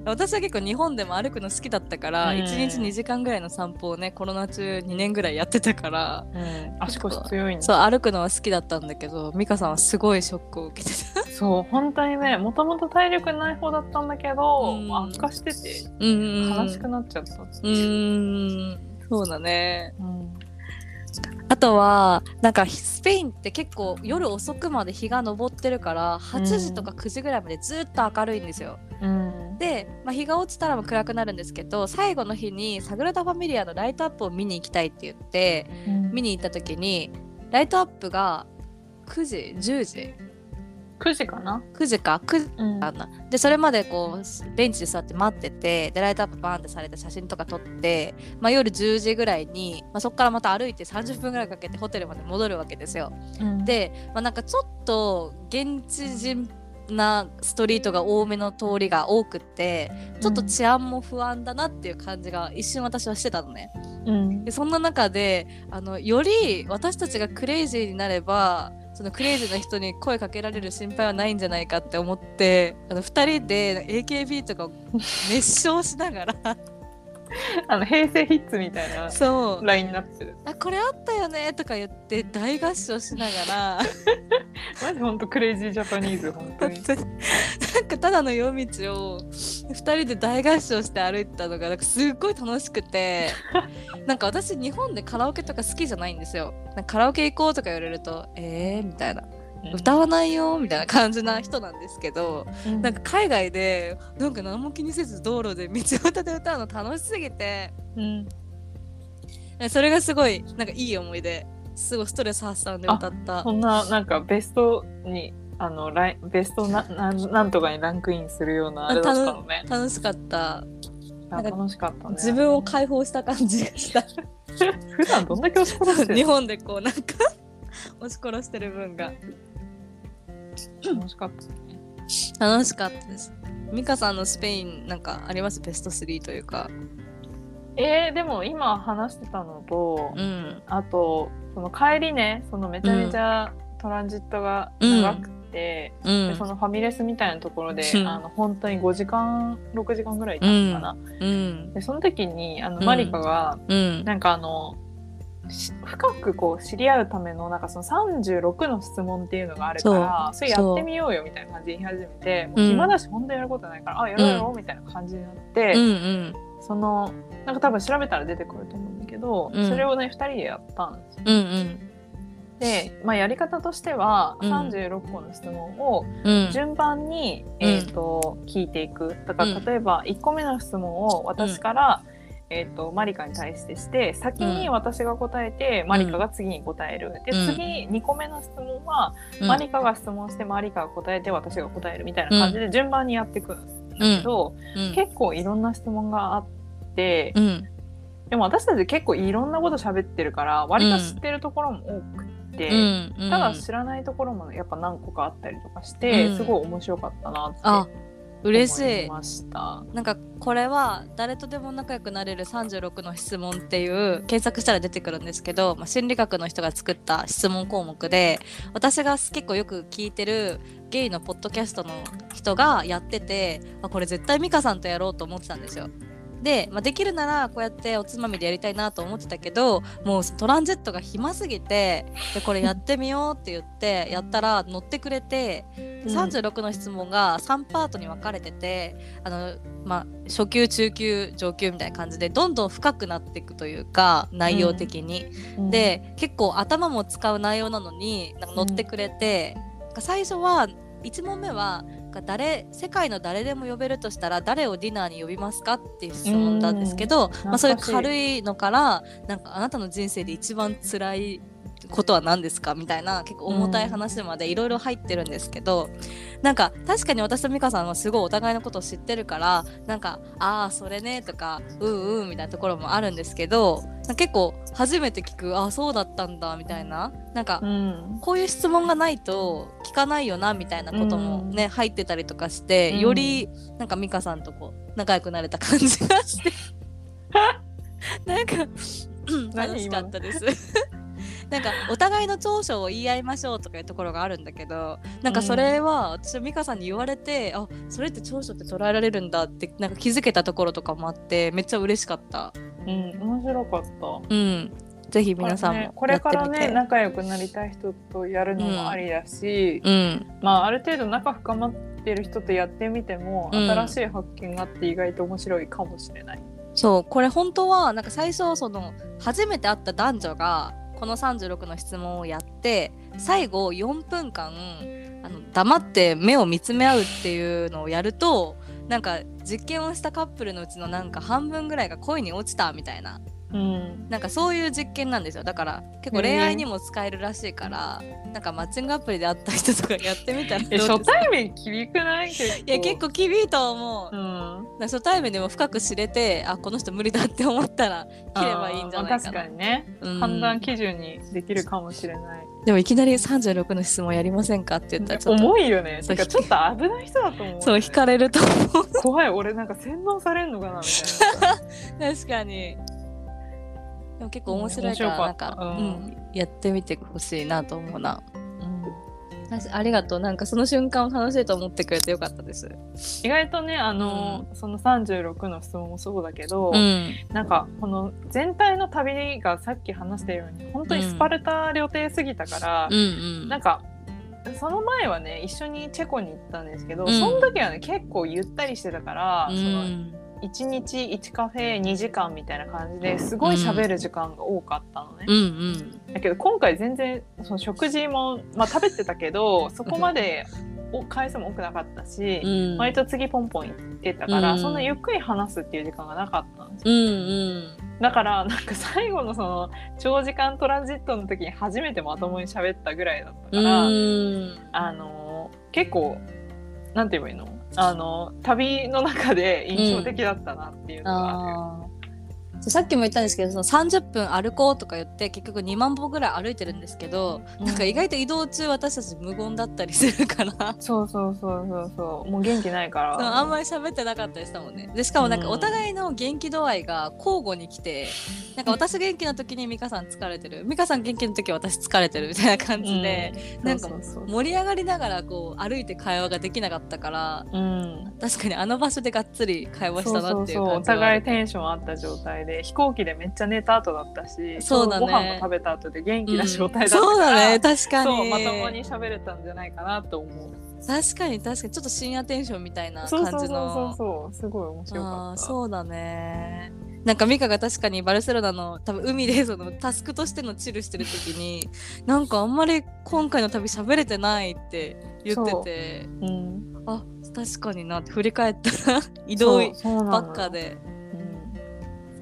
私は結構日本でも歩くの好きだったから、
うん
1日2時間ぐらいの散歩をねコロナ中2年ぐらいやってたから、
うん足腰強いんだ
そう歩くのは好きだったんだけど美香さんはすごいショックを受けてた。
そう本当にねもともと体力ない方だったんだけど、
うん
悪化してて
うんうんうん
悲しくなっちゃった、
うーんそうだね
うん
あとはなんかスペインって結構夜遅くまで日が昇ってるから8時とか9時ぐらいまでずっと明るいんですよ。
うん
で、まあ、日が落ちたらもう暗くなるんですけど最後の日にサグラダ・ファミリアのライトアップを見に行きたいって言って見に行った時にライトアップが9時10時
9時かな、
9時か9時
うん
かなでそれまでこうベンチで座って待っててでライトアップバーンってされて写真とか撮って、まあ、夜10時ぐらいに、まあ、そこからまた歩いて30分ぐらいかけてホテルまで戻るわけですよ。
うん、
で、まあ、なんかちょっと現地人なストリートが多めの通りが多くってちょっと治安も不安だなっていう感じが一瞬私はしてたのね。
うん
でそんな中であのより私たちがクレイジーになればそのクレイジーな人に声かけられる心配はないんじゃないかって思ってあの2人で AKB とかを熱唱しながら
あの平成ヒッツみたいな
そう
ラインナップで
あこれあったよねとか言って大合唱しながら。
マジ本当クレイジージャパニーズ本当
本
に
当になんかただの夜道を2人で大合唱して歩いてたのがなんかすっごい楽しく てなんか私日本でカラオケとか好きじゃないんですよなんかカラオケ行こうとか言われるとえーみたいな 歌わないよみたいな感じな人なんですけど
うん
なんか海外でなんか何も気にせず道路で道端で歌うの楽しすぎて
うん
それがすごいなんかいい思い出すごいストレス発散で歌った
そんななんかベストにあのライベストななんなんとかにランクインするようなあれだったのね。
楽しかった
あ楽しかったね。
自分を解放した感じがした
普段どんだけ押し殺してる
日本でこうなんか押し殺してる分が
の楽しかったね。
楽しかったですミカさんのスペインなんかありますベスト3というか
えー、でも今話してたのと、
うん
あとその帰りねそのめちゃめちゃトランジットが長くて、
う
で
ん
そのファミレスみたいなところで、
うん
あの本当に5時間6時間ぐらいいたのかな。
うん
でその時にあの
うん
マリカが、
うん
なんかあのし深くこう知り合うためのなんかその36の質問っていうのがあるからそれやってみようよみたいな感じで言い始めてもう暇だし本当にやることないから、あやろうやろうみたいな感じになって、
うん
そのなんか多分調べたら出てくると思うんだけど、
うん
それをね2人でやったんですよ。
うんうん
で、まあ、やり方としては
うん
36個の質問を
うん
順番に、
うん
えー、と聞いていくだか
う
ら
ん
例えば1個目の質問を私から、えー、とマリカに対してして先に私が答えて、マリカが次に答えるで
うん
次2個目の質問は、
うん
マリカが質問してマリカが答えて私が答えるみたいな感じで順番にやっていくんだけど、
うん
結構いろんな質問があって。
うん
でも私たち結構いろんなこと喋ってるから割と知ってるところも多くて、
うんうん
ただ知らないところもやっぱ何個かあったりとかして、
うん
すごい面白かったなって
あ
思
嬉しい
いました。
なんかこれは誰とでも仲良くなれる36の質問っていう検索したら出てくるんですけど、まあ、心理学の人が作った質問項目で私が結構よく聞いてるゲイのポッドキャストの人がやっててあこれ絶対美香さんとやろうと思ってたんですよ。で、まあ、できるならこうやっておつまみでやりたいなと思ってたけどもうトランジットが暇すぎてでこれやってみようって言ってやったら乗ってくれてで
うん
36の質問が3パートに分かれててあの、まあ、初級中級上級みたいな感じでどんどん深くなっていくというか内容的に。
うん、
で結構頭も使う内容なのになんか乗ってくれて、なんか最初は1問目はなんか誰世界の誰でも呼べるとしたら誰をディナーに呼びますかっていう質問なんですけど、まあ、そういう軽いのからなんかあなたの人生で一番辛いことは何ですかみたいな結構重たい話までいろいろ入ってるんですけど、なんか確かに私と美香さんはすごいお互いのことを知ってるからなんか「ああそれね」とか「うんうん」みたいなところもあるんですけどなんか結構初めて聞く「ああそうだったんだ」みたいななんか
うん
こういう質問がないと聞かないよなみたいなこともね、入ってたりとかして、
うん
よりなんか美香さんとこう仲良くなれた感じがして なんかうん
何
楽しかったです なんかお互いの長所を言い合いましょうとかいうところがあるんだけどなんかそれは私は美香さんに言われて、あそれって長所って捉えられるんだってなんか気づけたところとかもあってめっちゃ嬉しかった
うん、面白かった。
うんぜひ皆さんもやってみて、
これからね仲良くなりたい人とやるのもありだし、
うん
まあある程度仲深まってる人とやってみても、
うん
新しい発見があって意外と面白いかもしれない。
そうこれ本当はなんか最初その初めて会った男女がこの36の質問をやって最後4分間あの黙って目を見つめ合うっていうのをやるとなんか実験をしたカップルのうちのなんか半分ぐらいが恋に落ちたみたいな
うん、
なんかそういう実験なんですよだから結構恋愛にも使えるらしいからなんかマッチングアプリで会った人とかやってみたらどう
え
ですか
初対面厳くない結構
いや結構厳しいと思う
うん
なんか初対面でも深く知れてあこの人無理だって思ったら切ればいいんじゃない
あーま
かな、
あ確かにね、
うん
判断基準にできるかもしれない
でもいきなり36の質問やりませんかって言ったらちょっと
重いよね
そう
てかちょっと危ない人だと思うよね、
そう引かれると思う
怖い俺なんか洗脳されんのかなみたいな
確かにでも結構面白いか
う
ら
ん
な
面
ん
白か
か
っ、た
う
うん
ん、やってみてほしいなと思うな
うん
私ありがとうなんかその瞬間を楽しいと思ってくれてよかったです
意外とねあの、その36の質問もそうだけど、
うん
なんかこの全体の旅がさっき話したように本当にスパルタ料亭すぎたから
う、ん
なんかその前はね一緒にチェコに行ったんですけど、
うん
その時はね結構ゆったりしてたから、
うんう
その
ん
1日1カフェ2時間みたいな感じですごい喋る時間が多かったのね、
うんうん
だけど今回全然その食事も、まあ、食べてたけどそこまでお回数も多くなかったし、
うん
割と次ポンポン行ってたから、
うん
そんなゆっくり話すっていう時間がなかったんですよ
うんうん
だからなんか最後のその長時間トランジットの時に初めてまともに喋ったぐらいだったから、
ん
あの結構なんて言えばいいのあの旅の中で印象的だったなっていうのがある。
あーそうさっきも言ったんですけどその30分歩こうとか言って結局2万歩ぐらい歩いてるんですけど、
うん
なんか意外と移動中私たち無言だったりするから、
そうそうそうそうそうもう元気ないか
そう
ら
あんまり喋ってなかったりしたもんねでしかもなんか
うん
お互いの元気度合いが交互に来てなんか私元気な時に美香さん疲れてる美香さん元気の時私疲れてるみたいな感じで、なんか
そうそうそう
盛り上がりながらこう歩いて会話ができなかったから
うん
確かにあの場所でがっつり会話し
そ
た
う
な
そ
っ
う
てい
そううお
感じはあ
互い
る
テンションあった状態で飛行機でめっちゃ寝た後だったし
そうだ
ちょうどご
ね
飯も食べた後で元気な状態だったから、
うんそうだね確かに
そうまともに喋れたんじゃないかなと思う
確かに確かにちょっと深夜テンションみたいな
そう
感
そうそう
じ
そ
の
うそうすごい面白かっ
あ
た
ーそうだねなんかミカが確かにバルセロナの多分海でそのタスクとしてのチルしてる時 になんかあんまり今回の旅喋れてないって言ってて
うん、
あ確かになって振り返ったら移動
そうそうな
ば
の
っかで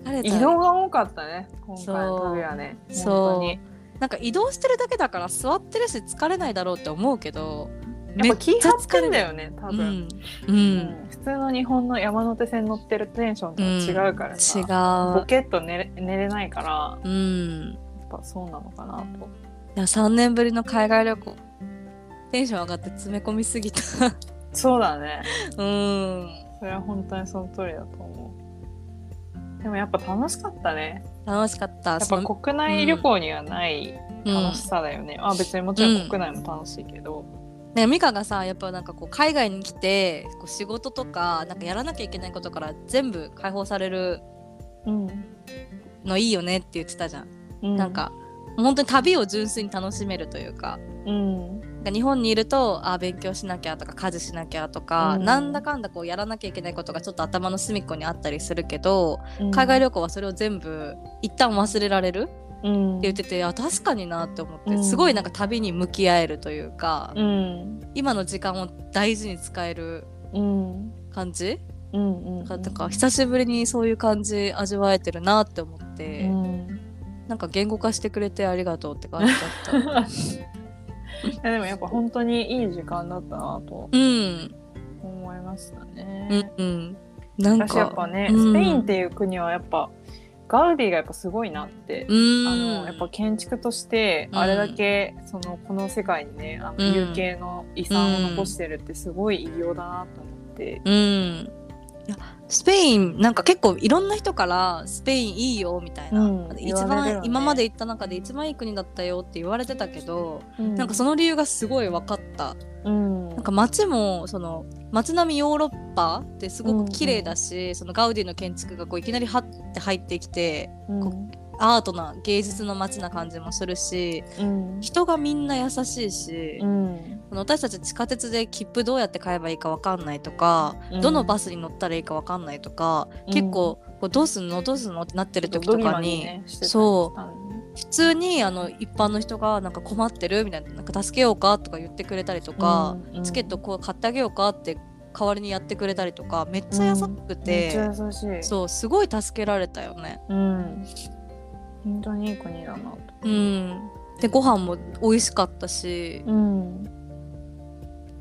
うん
疲れた
移動が多かったね今回の旅はね
そう
本当に
なんか移動してるだけだから座ってるし疲れないだろうって思うけど
やっぱ気張っ
疲
て
れ
んだ
る
よね多
う
分、
ん、う
うん
ん、
普通の日本の山手線乗ってるテンションとは違うからさ、
違
ボ
う
ケっと寝れ寝れないから
う
や
ん
っぱそうなのかなと
いや3年ぶりの海外旅行テンション上がって詰め込みすぎた
そうだね
うん
それは本当にその通りだと思うでもやっぱ楽しかったね
楽しかった
やっ
そ
ぱ
の
国内旅行にはない
うん
楽しさだよね、あ別にもちろん国内も楽しいけど、
ね、美香がさやっぱなんかこう海外に来てこう仕事とかなんかやらなきゃいけないことから全部解放される
うん
のいいよねって言ってたじゃん、
う
なん、か本当に旅を純粋に楽しめるというか
うん、
なんか日本にいるとあ勉強しなきゃとか家事しなきゃとか、
うん
なんだかんだこうやらなきゃいけないことがちょっと頭の隅っこにあったりするけど、
うん
海外旅行はそれを全部一旦忘れられる
うん
って言っててあ確かになって思って、
うん
すごいなんか旅に向き合えるというか、
うん
今の時間を大事に使える
うん
感じ
うんうん
なんかなんか久しぶりにそういう感じ味わえてるなって思っ
う
て、
ん、
なんか言語化してくれてありがとうって感じ だった
いやでもやっぱ本当にいい時間だったなと
うん
思いましたね、
うんうんなん
私やっ
か
ぱね、
うん
スペインっていう国はやっぱガウディがやっぱすごいなって、
うん
あのやっぱ建築として
うん
あれだけそのこの世界にねあの
うん
有形の遺産を残してるってすごい偉業だなと思って、
うんいやスペインなんか結構いろんな人からスペインいいよみたいな、
うん
一
言われるよ
番
ね
今まで行った中で一番いい国だったよって言われてたけど、なんかそ
の、
の理由がすごい分かった
うん、な
なんか街もその街並みヨーロッパってすごく綺麗だし、そのガウディの建築がこういきなりハッて入ってきてアートな芸術の街な感じもするし
うん
人がみんな優しいし、
うん
その私たち地下鉄で切符どうやって買えばいいかわかんないとか、
うん
どのバスに乗ったらいいかわかんないとか、
うん
結構こうどうすんのどうすんのってなってる時
ド
と
ギ
か
マ
に。
ねしてたり
そ
し
う
たんだね
普通にあの一般の人がなんか困ってるみたいななんか助けようかとか言ってくれたりとか、
うんうん
チケットこう買ってあげようかって代わりにやってくれたりとかめっちゃ優しく
めってち、ゃ優しい
そうすごい助けられたよね。
うん本当にいい国だなと、
うん、でご飯も美味しかったし、
うん、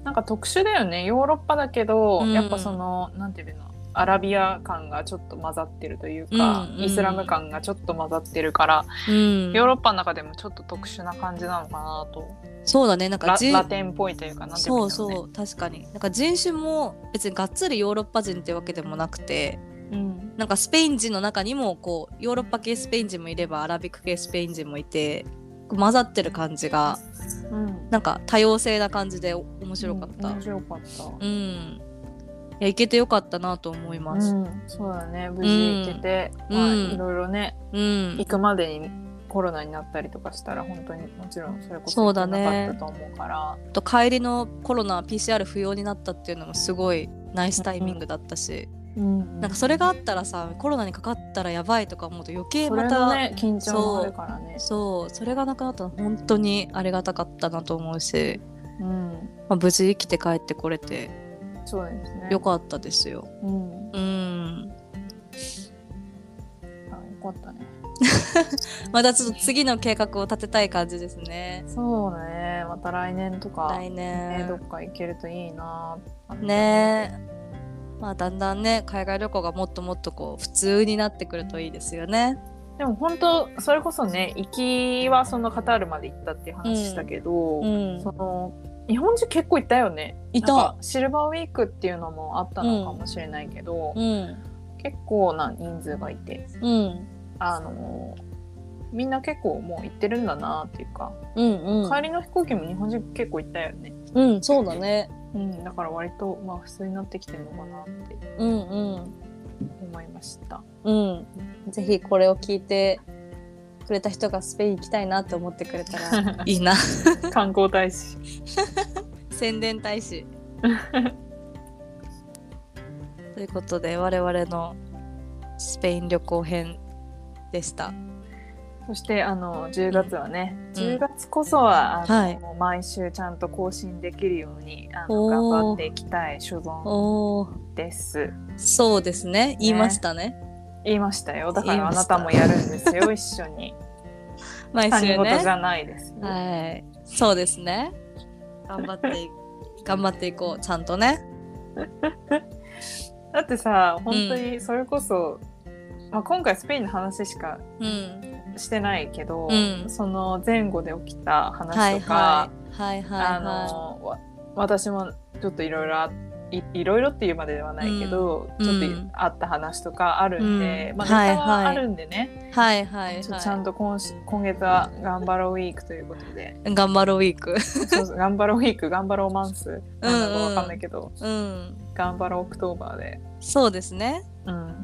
なんか特殊だよねヨーロッパだけど、
うん
やっぱそのなんていうのアラビア感がちょっと混ざってるというか、
うんうん
イスラム感がちょっと混ざってるから、
うん、
ヨーロッパの中でもちょっと特殊な感じなのかなと
そうだねなんか
ラ
人
ラテンっぽいというかなんていう
そ
の
うそう確かになんか人種も別にがっつりヨーロッパ人ってわけでもなくて
うん
なんかスペイン人の中にもこうヨーロッパ系スペイン人もいればアラビック系スペイン人もいてこう混ざってる感じが
うん
なんか多様性な感じでお面白かった。う
うん
ん
面白かった、
いや行けてよかったなと思います。
うん、そうだね無事行けて、
うん
まあ
うん
いろいろね
うん
行くまでにコロナになったりとかしたら本当にもちろんそれこそ
そう
行
だ
け
ね
なかったと思うから
と帰りのコロナ PCR 不要になったっていうのもすごいナイスタイミングだった
う
し、
ん
なんかそれがあったらさコロナにかかったらやばいとか思うと余計
それも
また
ね緊張もあるからね
そうそれがなくなったの本当にありがたかったなと思うし、
うん
まあ、無事生きて帰ってこれて
そうですね
よかったですよ。
うん、
うん
あよかったね。
またちょっと次の計画を立てたい感じですね。
そうね、また来年とか、
来
ね、ど
年
っ。か行けるといいなぁ。
ねえ。まあだんだんね、海外旅行がもっともっとこう普通になってくるといいですよね。
でも本当それこそね行きはそのカタールまで行ったっていう話したけど、
うん
そ。の日本人結構いたよね
いた
なんかシルバーウィークっていうのもあったのかもしれないけど、
うん。
結構な人数がいて
うん。
あのみんな結構もう行ってるんだなっていうか、
うんうん。
帰りの飛行機も日本人結構いたよね、
うん、そうだね。
うん、だから割とまあ普通になってきてるのかなって
うんうん。
思いま した
うん。ぜひこれを聞いてくれた人がスペイン行きたいなって思ってくれたら いいな。
観光大使
宣伝大 使。ということで我々のスペイン旅行編でした。
そしてあの10月はね、
ん
10月こそはあの、
はい
もう毎週ちゃんと更新できるようにあの
おー
頑張っていきたい所存
おー
です。
そうですね。言いましたね。
言いましたよ。だか
言
ら
い
あ
ま
な
した
たもやるんです よ、一緒に。
毎
他
週
人事じ
ね。
ゃないですよ。
はい。そうですね。頑張 ってい、頑張っていこう。ちゃんとね。
だってさ、本当にそれこそ、まあ、今回スペインの話しか
うん。
してないけど、
うん
その前後で起きた
はい
話とか、
はい。はいはい、はい。
あのわ私もちょっといろいろあいいろいろっていうまでではないけど、
うん
ちょっ
う
と
ん
あった話とかあるんで、
うん
まあ、ネタ
はい
は
は
あ
い
るんでね、
はいはいはい。
ちょっとちゃんと今し今月は頑張ろうウィークということ で
頑張ろうウィーク。
そうそう頑張ろうウィーク頑張ろうマンスなんだかわかんないけど、
うん。
頑張ろうオクトーバーで、
そうですね。
うん、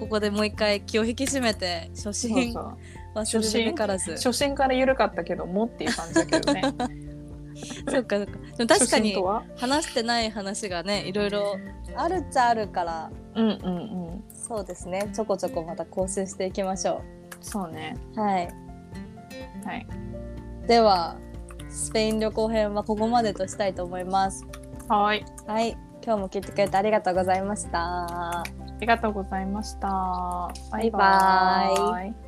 ここでもう一回気を引き締めて、初
そう
心
そう
忘れるべからず。そ
初心から緩かったけどもっていう感じだけどね
うかそうか。でも 確か
初心
に
とは
話してない話がね、いろいろあるっちゃあるから、
うんうんうん
そうですね。ちょこちょこまた更新していきましょ
そうね
う。はい。
はい
では、スペイン旅行編はここまでとしたいと思います。
はーい
はい。今日も聞いてくれてありがとうございました。
ありがとうございましたバ
バイバイ
イ